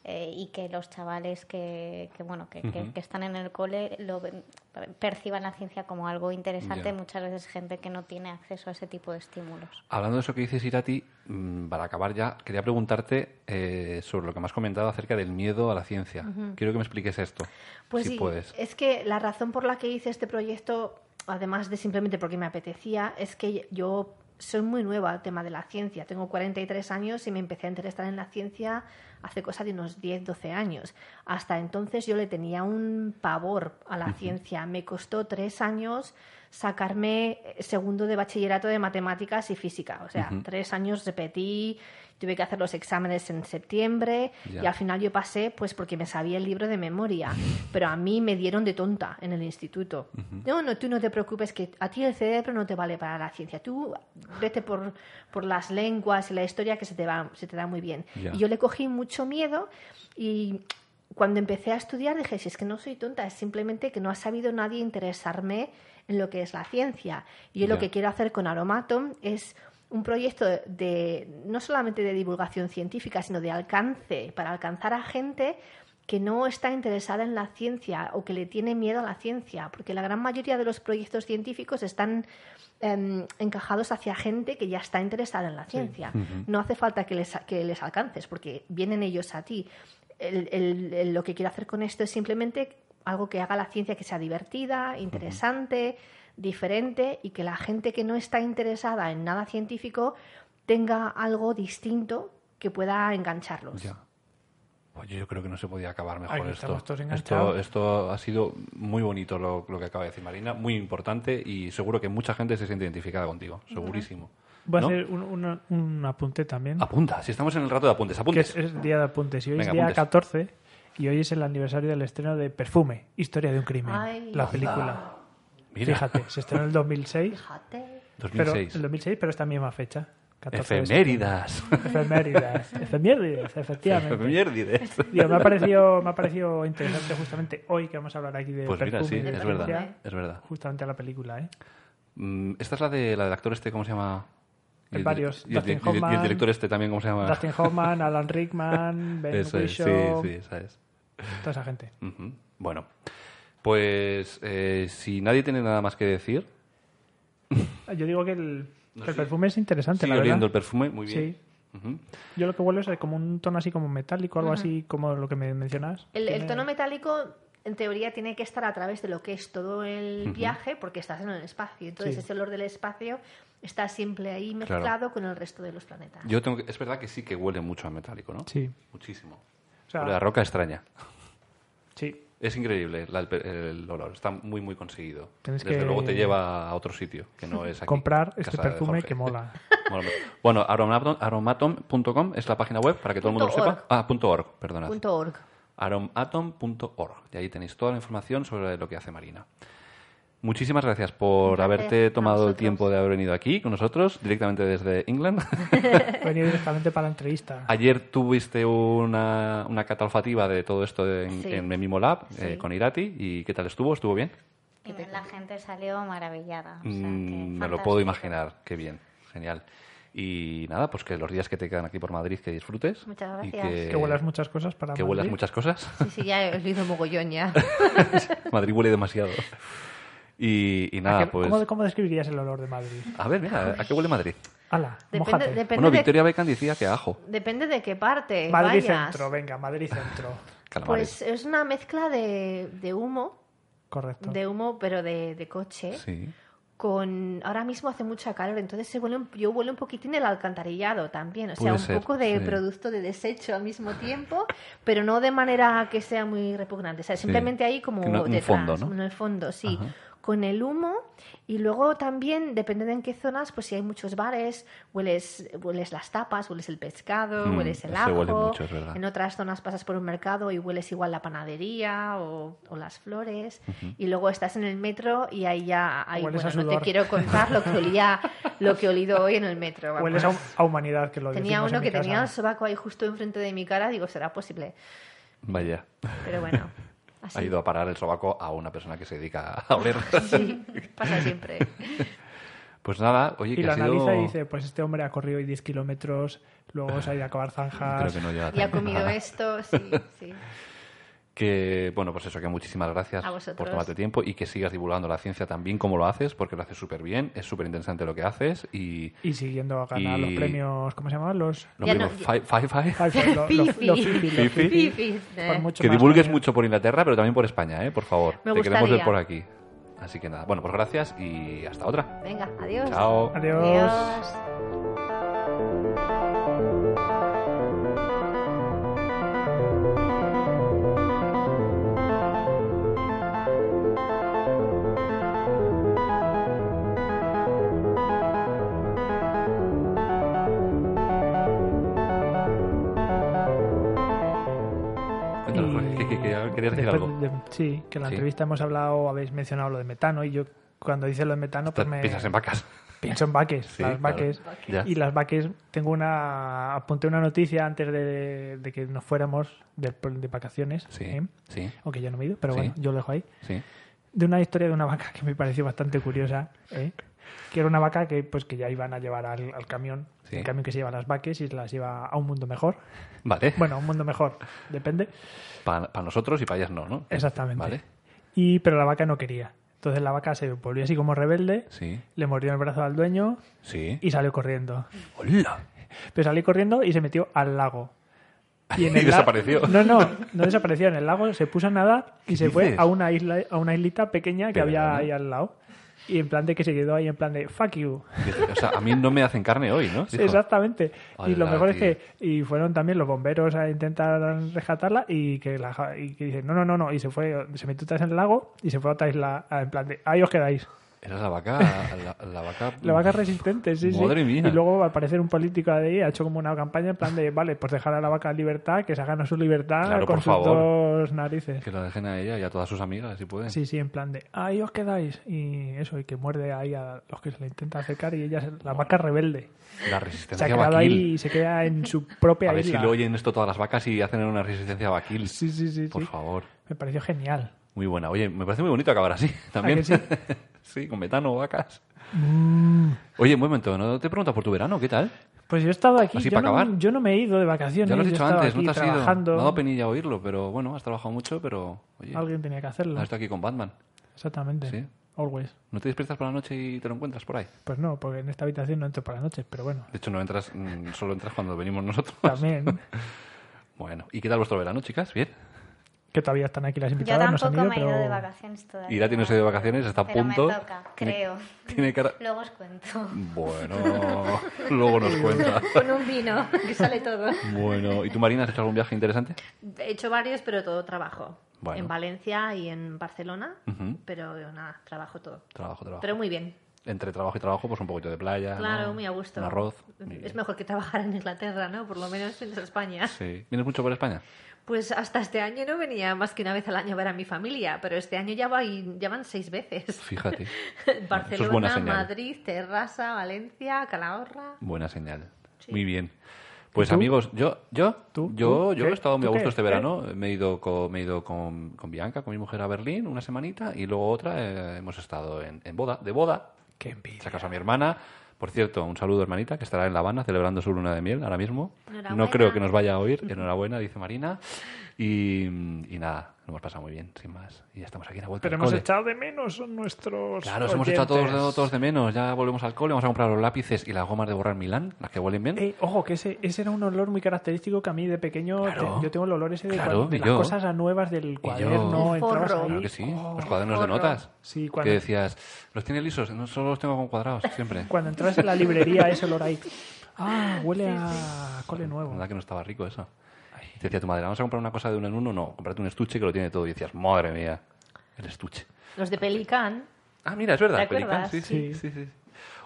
eh, y que los chavales que, que, bueno que, que-
Ujú.
que están en el cole lo ven- perciban la ciencia como algo interesante
Ya.
muchas veces gente que no tiene acceso a ese tipo de estímulos
Hablando de eso que dices, Irati, mm, para acabar ya, quería preguntarte eh, sobre lo que me has comentado acerca del miedo a la ciencia. Quiero que me expliques esto,
Pues
si
sí,
puedes.
es que la razón por la que hice este proyecto, además de simplemente porque me apetecía, es que yo soy muy nueva al tema de la ciencia. Tengo 43 años y me empecé a interesar en la ciencia hace cosa de unos 10, 12 años. Hasta entonces yo le tenía un pavor a la ciencia. Me costó tres años sacarme eh, segundo de bachillerato de matemáticas y física. O sea, tres años repetí, tuve que hacer los exámenes en septiembre
Ya.
y al final yo pasé pues porque me sabía el libro de memoria, pero a mí me dieron de tonta en el instituto. No, no, tú no te preocupes que a ti el cerebro no te vale para la ciencia. Tú vete por, por las lenguas y la historia que se te, va, se te da muy bien.
Ya.
Y yo le cogí mucho miedo y cuando empecé a estudiar dije, si es que no soy tonta, es simplemente que no ha sabido nadie interesarme en lo que es la ciencia. Y yo
Ya.
lo que quiero hacer con Aromatom es un proyecto de no solamente de divulgación científica, sino de alcance, para alcanzar a gente que no está interesada en la ciencia o que le tiene miedo a la ciencia, porque la gran mayoría de los proyectos científicos están em, encajados hacia gente que ya está interesada en la ciencia. No hace falta que les, que les alcances, porque vienen ellos a ti. El- el- el- lo que quiero hacer con esto es simplemente algo que haga la ciencia que sea divertida, interesante, diferente y que la gente que no está interesada en nada científico tenga algo distinto que pueda engancharlos.
Ya. Oye, yo creo que no se podía acabar mejor
Aquí
esto.
estamos todos
esto.
enganchados.
Esto ha sido muy bonito lo, lo que acaba de decir Marina, muy importante y seguro que mucha gente se siente identificada contigo, segurísimo.
Voy
¿No?
a hacer un, un- un apunte también.
Apunta, si estamos en el rato de apuntes,
que
apuntes.
es, es día de apuntes. Y hoy
Venga,
es día
apuntes.
14 y hoy es el aniversario del estreno de Perfume, Historia de un Crimen,
Ay.
la película.
Mira,
Fíjate, se estrenó en el 2006,
Fíjate.
pero,
2006.
el 2006, pero esta misma fecha. 14 de
Efemérides.
Efemérides, efemérides, efectivamente.
[laughs] Efemérides.
Digo, me, ha parecido, me ha parecido interesante justamente hoy que vamos a hablar aquí de
Pues mira,
perfume
sí,
y de
es
ciencia,
verdad, es verdad.
Justamente a la película, ¿eh?
Mm, Esta es la, de, la del actor este, ¿cómo se llama?
Hay
Y el-
varios.
Y el,
Dustin
y el- y el
Hoffman.
director este también, ¿cómo se llama?
Dustin Hoffman, Alan Rickman, Ben
Eso es, sí,
Whishaw,
sí, sabes.
toda esa gente.
Ujú. Bueno, pues eh, si nadie tiene nada más que decir,
Yo digo que el, que el
sé.
perfume es interesante,
sigue
la verdad.
oliendo el perfume, muy bien.
Sí.
Ujú.
Yo lo que huelo es eh, como un tono así como metálico, algo así como lo que me mencionas.
El, el
Tiene-
tono metálico, en teoría, tiene que estar a través de lo que es todo el viaje, porque estás en el espacio. Entonces,
Sí.
ese olor del espacio está siempre ahí
Claro.
mezclado con el resto de los planetas.
Yo tengo que- es verdad que sí que huele mucho a metálico, ¿no?
Sí.
Muchísimo.
O sea,
Huele a roca extraña.
sí.
Es increíble la- el, el olor, está muy muy conseguido.
Tienes
Desde
que-
luego te lleva a otro sitio que no es aquí.
Comprar
casa
este
de
perfume
Jorge.
que
[laughs]
mola.
Mola mucho. bueno, aromatom- aromatom.com es la página web para que todo el mundo
Punto
lo
org.
sepa. Ah, punto .org, perdonad.
Punto org.
aromatom.org. Y ahí tenéis toda la información sobre lo que hace Marina. Muchísimas gracias por haberte
a
tomado el
vosotros.
tiempo de haber venido aquí con nosotros, directamente desde
[laughs]
England.
He venido directamente para la entrevista.
Ayer tuviste una, una cata olfativa de todo esto en,
Sí.
en Memimo Lab eh,
Sí.
con Irati. ¿Y qué tal estuvo? ¿Estuvo bien?
Y la gente salió maravillada. o sea, que
Mm, me lo
fantástico.
puedo imaginar. Qué bien. Genial. Y nada, pues que los días que te quedan aquí por Madrid que disfrutes.
Muchas
y
gracias.
que,
que huelas muchas cosas para
eh, que huelas
Madrid.
muchas cosas. [laughs]
Sí, sí, ya he leído
[laughs]
mogollón ya.
Madrid huele demasiado. Y, y
¿A
nada,
qué-
pues...
¿Cómo, cómo describirías el olor de Madrid?
A ver, mira, ¿a qué huele Madrid?
Ala,
Depende,
mójate.
depende
bueno,
de-
Victoria Beckham decía que a ajo.
depende de qué parte
Madrid
vayas.
centro, venga, Madrid centro.
Calamares.
Pues es una mezcla de, de humo,
Correcto.
de humo, pero de, de coche.
Sí.
con ahora mismo hace mucha calor, entonces se huele un- yo huelo un poquitín el alcantarillado también, o sea,
Puede
un
ser,
poco de
sí.
producto de desecho al mismo tiempo, pero no de manera que sea muy repugnante, o sea, simplemente ahí como
Que no- un
detrás,
fondo, ¿no?
en el fondo, sí, con el humo y luego también depende de en qué zonas, pues si hay muchos bares, hueles hueles las tapas, hueles el pescado,
Mm,
hueles el
se
ajo,
huele mucho, es verdad.
en otras zonas pasas por un mercado y hueles igual la panadería o, o las flores y luego estás en el metro y ahí ya hay-
Hueles a
bueno, no te
sudor.
quiero contar lo que
[laughs]
olía lo que he olido hoy en el metro vamos.
Hueles a, hu- a humanidad, que lo
tenía
decimos en
uno
mi
que tenía el
casa.
sobaco ahí justo enfrente de mi cara digo será posible
Vaya.
pero bueno así
Ha ido a parar el sobaco a una persona que se dedica a oler.
sí, pasa siempre
[laughs] Pues nada, oye,
Y
que
lo
ha sido...
analiza y dice, pues este hombre ha corrido hoy 10 kilómetros, luego se ha ido a
[laughs]
acabar zanjas.
Creo que no llega
y ha
tanto. [laughs]
comido esto sí sí
Que, bueno, pues eso, que muchísimas gracias
A vosotros.
por tomarte tiempo y que sigas divulgando la ciencia también como lo haces, porque lo haces súper bien, es súper interesante lo que haces y...
Y siguiendo a ganar los
Y-
premios, ¿cómo se llamaban? Los...
Lo
Ya
mismo,
no-
fi- fi- fi-
Ay, pues,
[laughs]
lo- lo-
Fifi.
los Fifi, los
Fifi.
Fifi.
Fifi, eh.
Por mucho
Que
más
divulgues
premio.
mucho por Inglaterra, pero también por España, ¿eh? Por favor.
Me
Te queremos ver
gustaría.
por aquí. Así que nada, bueno, pues gracias y hasta otra.
venga adiós
Chao.
Adiós.
Adiós.
Cuéntanos, Jorge, que- que- que querías decir
Después
algo.
de- sí, que en la
Sí.
entrevista hemos hablado, habéis mencionado lo de metano y yo cuando dice lo de metano
Te
pues me
Piensas
[laughs]
en vacas.
pienso en vaques,
Sí,
las
claro.
vaques.
Ya.
Y las vaques, tengo una, apunté una noticia antes de, de que nos fuéramos de, de vacaciones,
Sí,
¿eh?
sí,
aunque ya no me he ido, pero
Sí.
bueno, yo lo dejo ahí,
sí.
de una historia de una vaca que me pareció bastante curiosa, ¿eh? que era una vaca que pues que ya iban a llevar al, al camión,
Sí.
el camión que se lleva las vaques y las lleva a un mundo mejor,
Vale.
bueno, a un mundo mejor, depende.
Para nosotros y para ellas no, ¿no?
Exactamente.
Vale.
Y, pero la vaca no quería. Entonces la vaca se volvió así como rebelde,
Sí,
le mordió el brazo al dueño
sí.
y salió corriendo.
¡Hola!
Pero salió corriendo y se metió al lago.
[laughs] Y
la-
desapareció.
No, no, no desapareció. En el lago se puso a nadar y
¿Qué
se fue
dices?
a una isla, a una islita pequeña que
Pero
había
bueno.
ahí al lado. Y en plan de que se quedó ahí en plan de fuck you.
Dice, O sea, a mí no me hacen carne hoy,
[laughs]
¿no? Dijo.
Exactamente. Y lo
Hola,
mejor es
tío.
que y fueron también los bomberos a intentar rescatarla y que la ja- y que dicen, "No, no, no, no", y se fue se metió otra vez en el lago y se fue a otra isla a- en plan de, "Ahí os quedáis."
Era la vaca... La, la vaca... mm,
La vaca es resistente, sí, sí.
Madre mía.
Y luego al parecer un político de ahí ha hecho como una campaña en plan de, "Vale, pues dejar a la vaca en libertad, que se hagan a su libertad
Claro,
con
por
sus
favor.
dos narices."
Que la dejen a ella y a todas sus amigas, si pueden.
Sí, sí, en plan de, "Ahí os quedáis." Y eso, y que muerde ahí a los que se le intenta acercar y ella se- la vaca rebelde.
La
Se ha
resistencia
quedado
vaquil.
ahí y se queda en su propia
A ver si
isla.
lo oyen esto todas las vacas y hacen una resistencia vaquil.
Sí, sí, sí,
Por
sí.
favor.
Me pareció genial.
Muy buena. Oye, me parece muy bonito acabar así [laughs] también.
que sí?
[laughs]
Mm.
Sí, con metano, vacas. Oye, un momento, ¿no te preguntas por tu verano? ¿Qué tal?
Pues yo he estado aquí.
Así
yo,
para
no,
acabar.
yo no me he ido de vacaciones.
Ya lo has
yo he
dicho
estado
antes, no
aquí
te has
trabajando.
ido. Me ha dado penilla oírlo, pero bueno, has trabajado mucho, pero oye,
Alguien tenía que hacerlo.
has estado aquí con Batman.
Exactamente.
Sí.
Always.
¿No te despiertas por la noche y te lo encuentras por ahí?
Pues no, porque en esta habitación no entro para las noches, pero
[laughs]
bueno.
De hecho, no entras, mm, solo entras cuando venimos nosotros.
También,
Bueno, ¿y qué tal vuestro verano, chicas? ¿Bien?
que todavía están aquí las
Yo
invitadas, no se
tampoco
han ido,
me he ido
pero...
de vacaciones todavía.
Y Irati no se ha ido de vacaciones, está a
Pero me
punto.
toca,
Tiene-
creo.
Tiene cara...
Luego os cuento.
[laughs]
Bueno, luego nos cuenta.
Con un vino, que sale todo.
Bueno, ¿y tú, Marina, has hecho algún viaje interesante?
He hecho varios, pero todo trabajo.
Bueno.
En Valencia y en Barcelona,
Ujú.
pero nada, trabajo todo.
Trabajo, trabajo.
Pero muy bien.
Entre trabajo y trabajo, pues un poquito de playa.
Claro,
¿no?
muy a gusto.
Un arroz.
Es mejor que trabajar en Inglaterra, ¿no? Por lo menos en España.
Sí. ¿Vienes mucho por España?
Pues hasta este año no venía más que una vez al año a ver a mi familia, pero este año ya, voy- ya van seis veces. [laughs]
Fíjate. es buena
Barcelona,
señal.
Madrid, Terrassa, Valencia, Calahorra.
Buena señal.
Sí.
Muy bien. Pues
tú?
amigos, yo, yo,
¿Tú?
yo,
¿Tú?
yo
¿Qué?
he estado muy a
¿Tú
gusto
qué?
este
¿Eh?
verano. Me he ido, con, me he ido con, con Bianca, con mi mujer a Berlín una semanita y luego otra eh, hemos estado en, en boda, de boda.
Qué
Se
envidia.
ha casado mi hermana. Por cierto, un saludo hermanita que estará en La Habana celebrando su luna de miel ahora mismo.
Enhorabuena.
No creo que nos vaya a oír. Enhorabuena, dice Marina. Y, y nada, lo hemos pasado muy bien, sin más. Y ya estamos aquí en la vuelta.
Pero
al
hemos
cole.
echado de menos a nuestros
Claro, os hemos echado a todos,
oyentes.
de- todos de menos. Ya volvemos al cole, vamos a comprar los lápices y las gomas de borrar Milán, las que huelen bien.
Eh, ojo, que ese, ese era un olor muy característico que a mí de pequeño...
Claro.
te- yo tengo el olor ese de,
Claro,
cuando- de
y
las
yo.
cosas a nuevas del
yo.
cuaderno.
El
entrabas
forro.
ahí,
Claro que sí.
oh,
los cuadernos de
porro.
notas.
Sí,
Que
cuando,
decías, los tiene lisos, no solo los tengo con cuadrados,
[laughs]
siempre.
cuando entras en la librería ese olor ahí... Ah, huele a cole
La
nuevo.
verdad que no estaba rico eso. Y Te decía tu madre, vamos a comprar una cosa de uno en uno. No, comprate un estuche que lo tiene todo. Y decías, madre mía, el estuche.
Los de Pelican.
Ah, mira, es verdad.
¿Te acuerdas?
Sí, sí, sí, sí.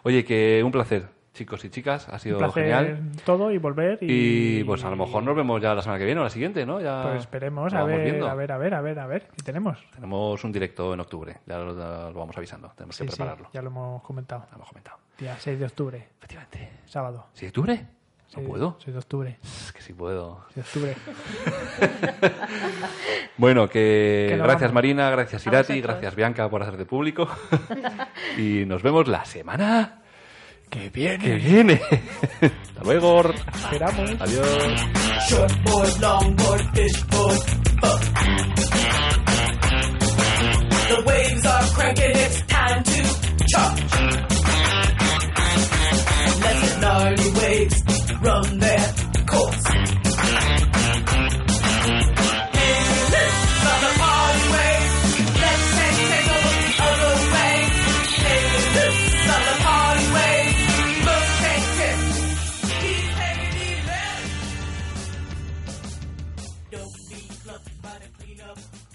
Oye, que un placer, chicos y chicas. Ha sido
Un placer
genial.
todo y volver y...
Y pues a lo mejor nos vemos ya la semana que viene o la siguiente, ¿no? Ya
Pues esperemos,
lo
a
vamos
ver,
viendo.
a ver, a ver, a ver, a ver, ¿qué tenemos?
Tenemos un directo en octubre, ya lo, lo vamos avisando, tenemos
Sí,
que
sí,
prepararlo.
ya lo hemos comentado.
Lo hemos comentado.
Día 6 de octubre,
Efectivamente.
sábado.
¿Sí de octubre?
Sí,
No puedo.
6 de octubre.
Es que sí puedo.
6 de octubre.
Bueno, que,
Que lo
gracias
vamos.
Marina, gracias Irati,
vosotros.
gracias Bianca por hacerte público. y nos vemos la semana
¡Qué bien!
que viene. [laughs] Hasta luego.
Esperamos.
Adiós.
Short board, long board, fish board, fuck. The waves are cranking, it's time to charge. Let the gnarly waves run their course. And this is the party way. Let's take take a look the other way. And this is the party way. Must take tips. Keep taking these risks. Don't be fluff, but clean up.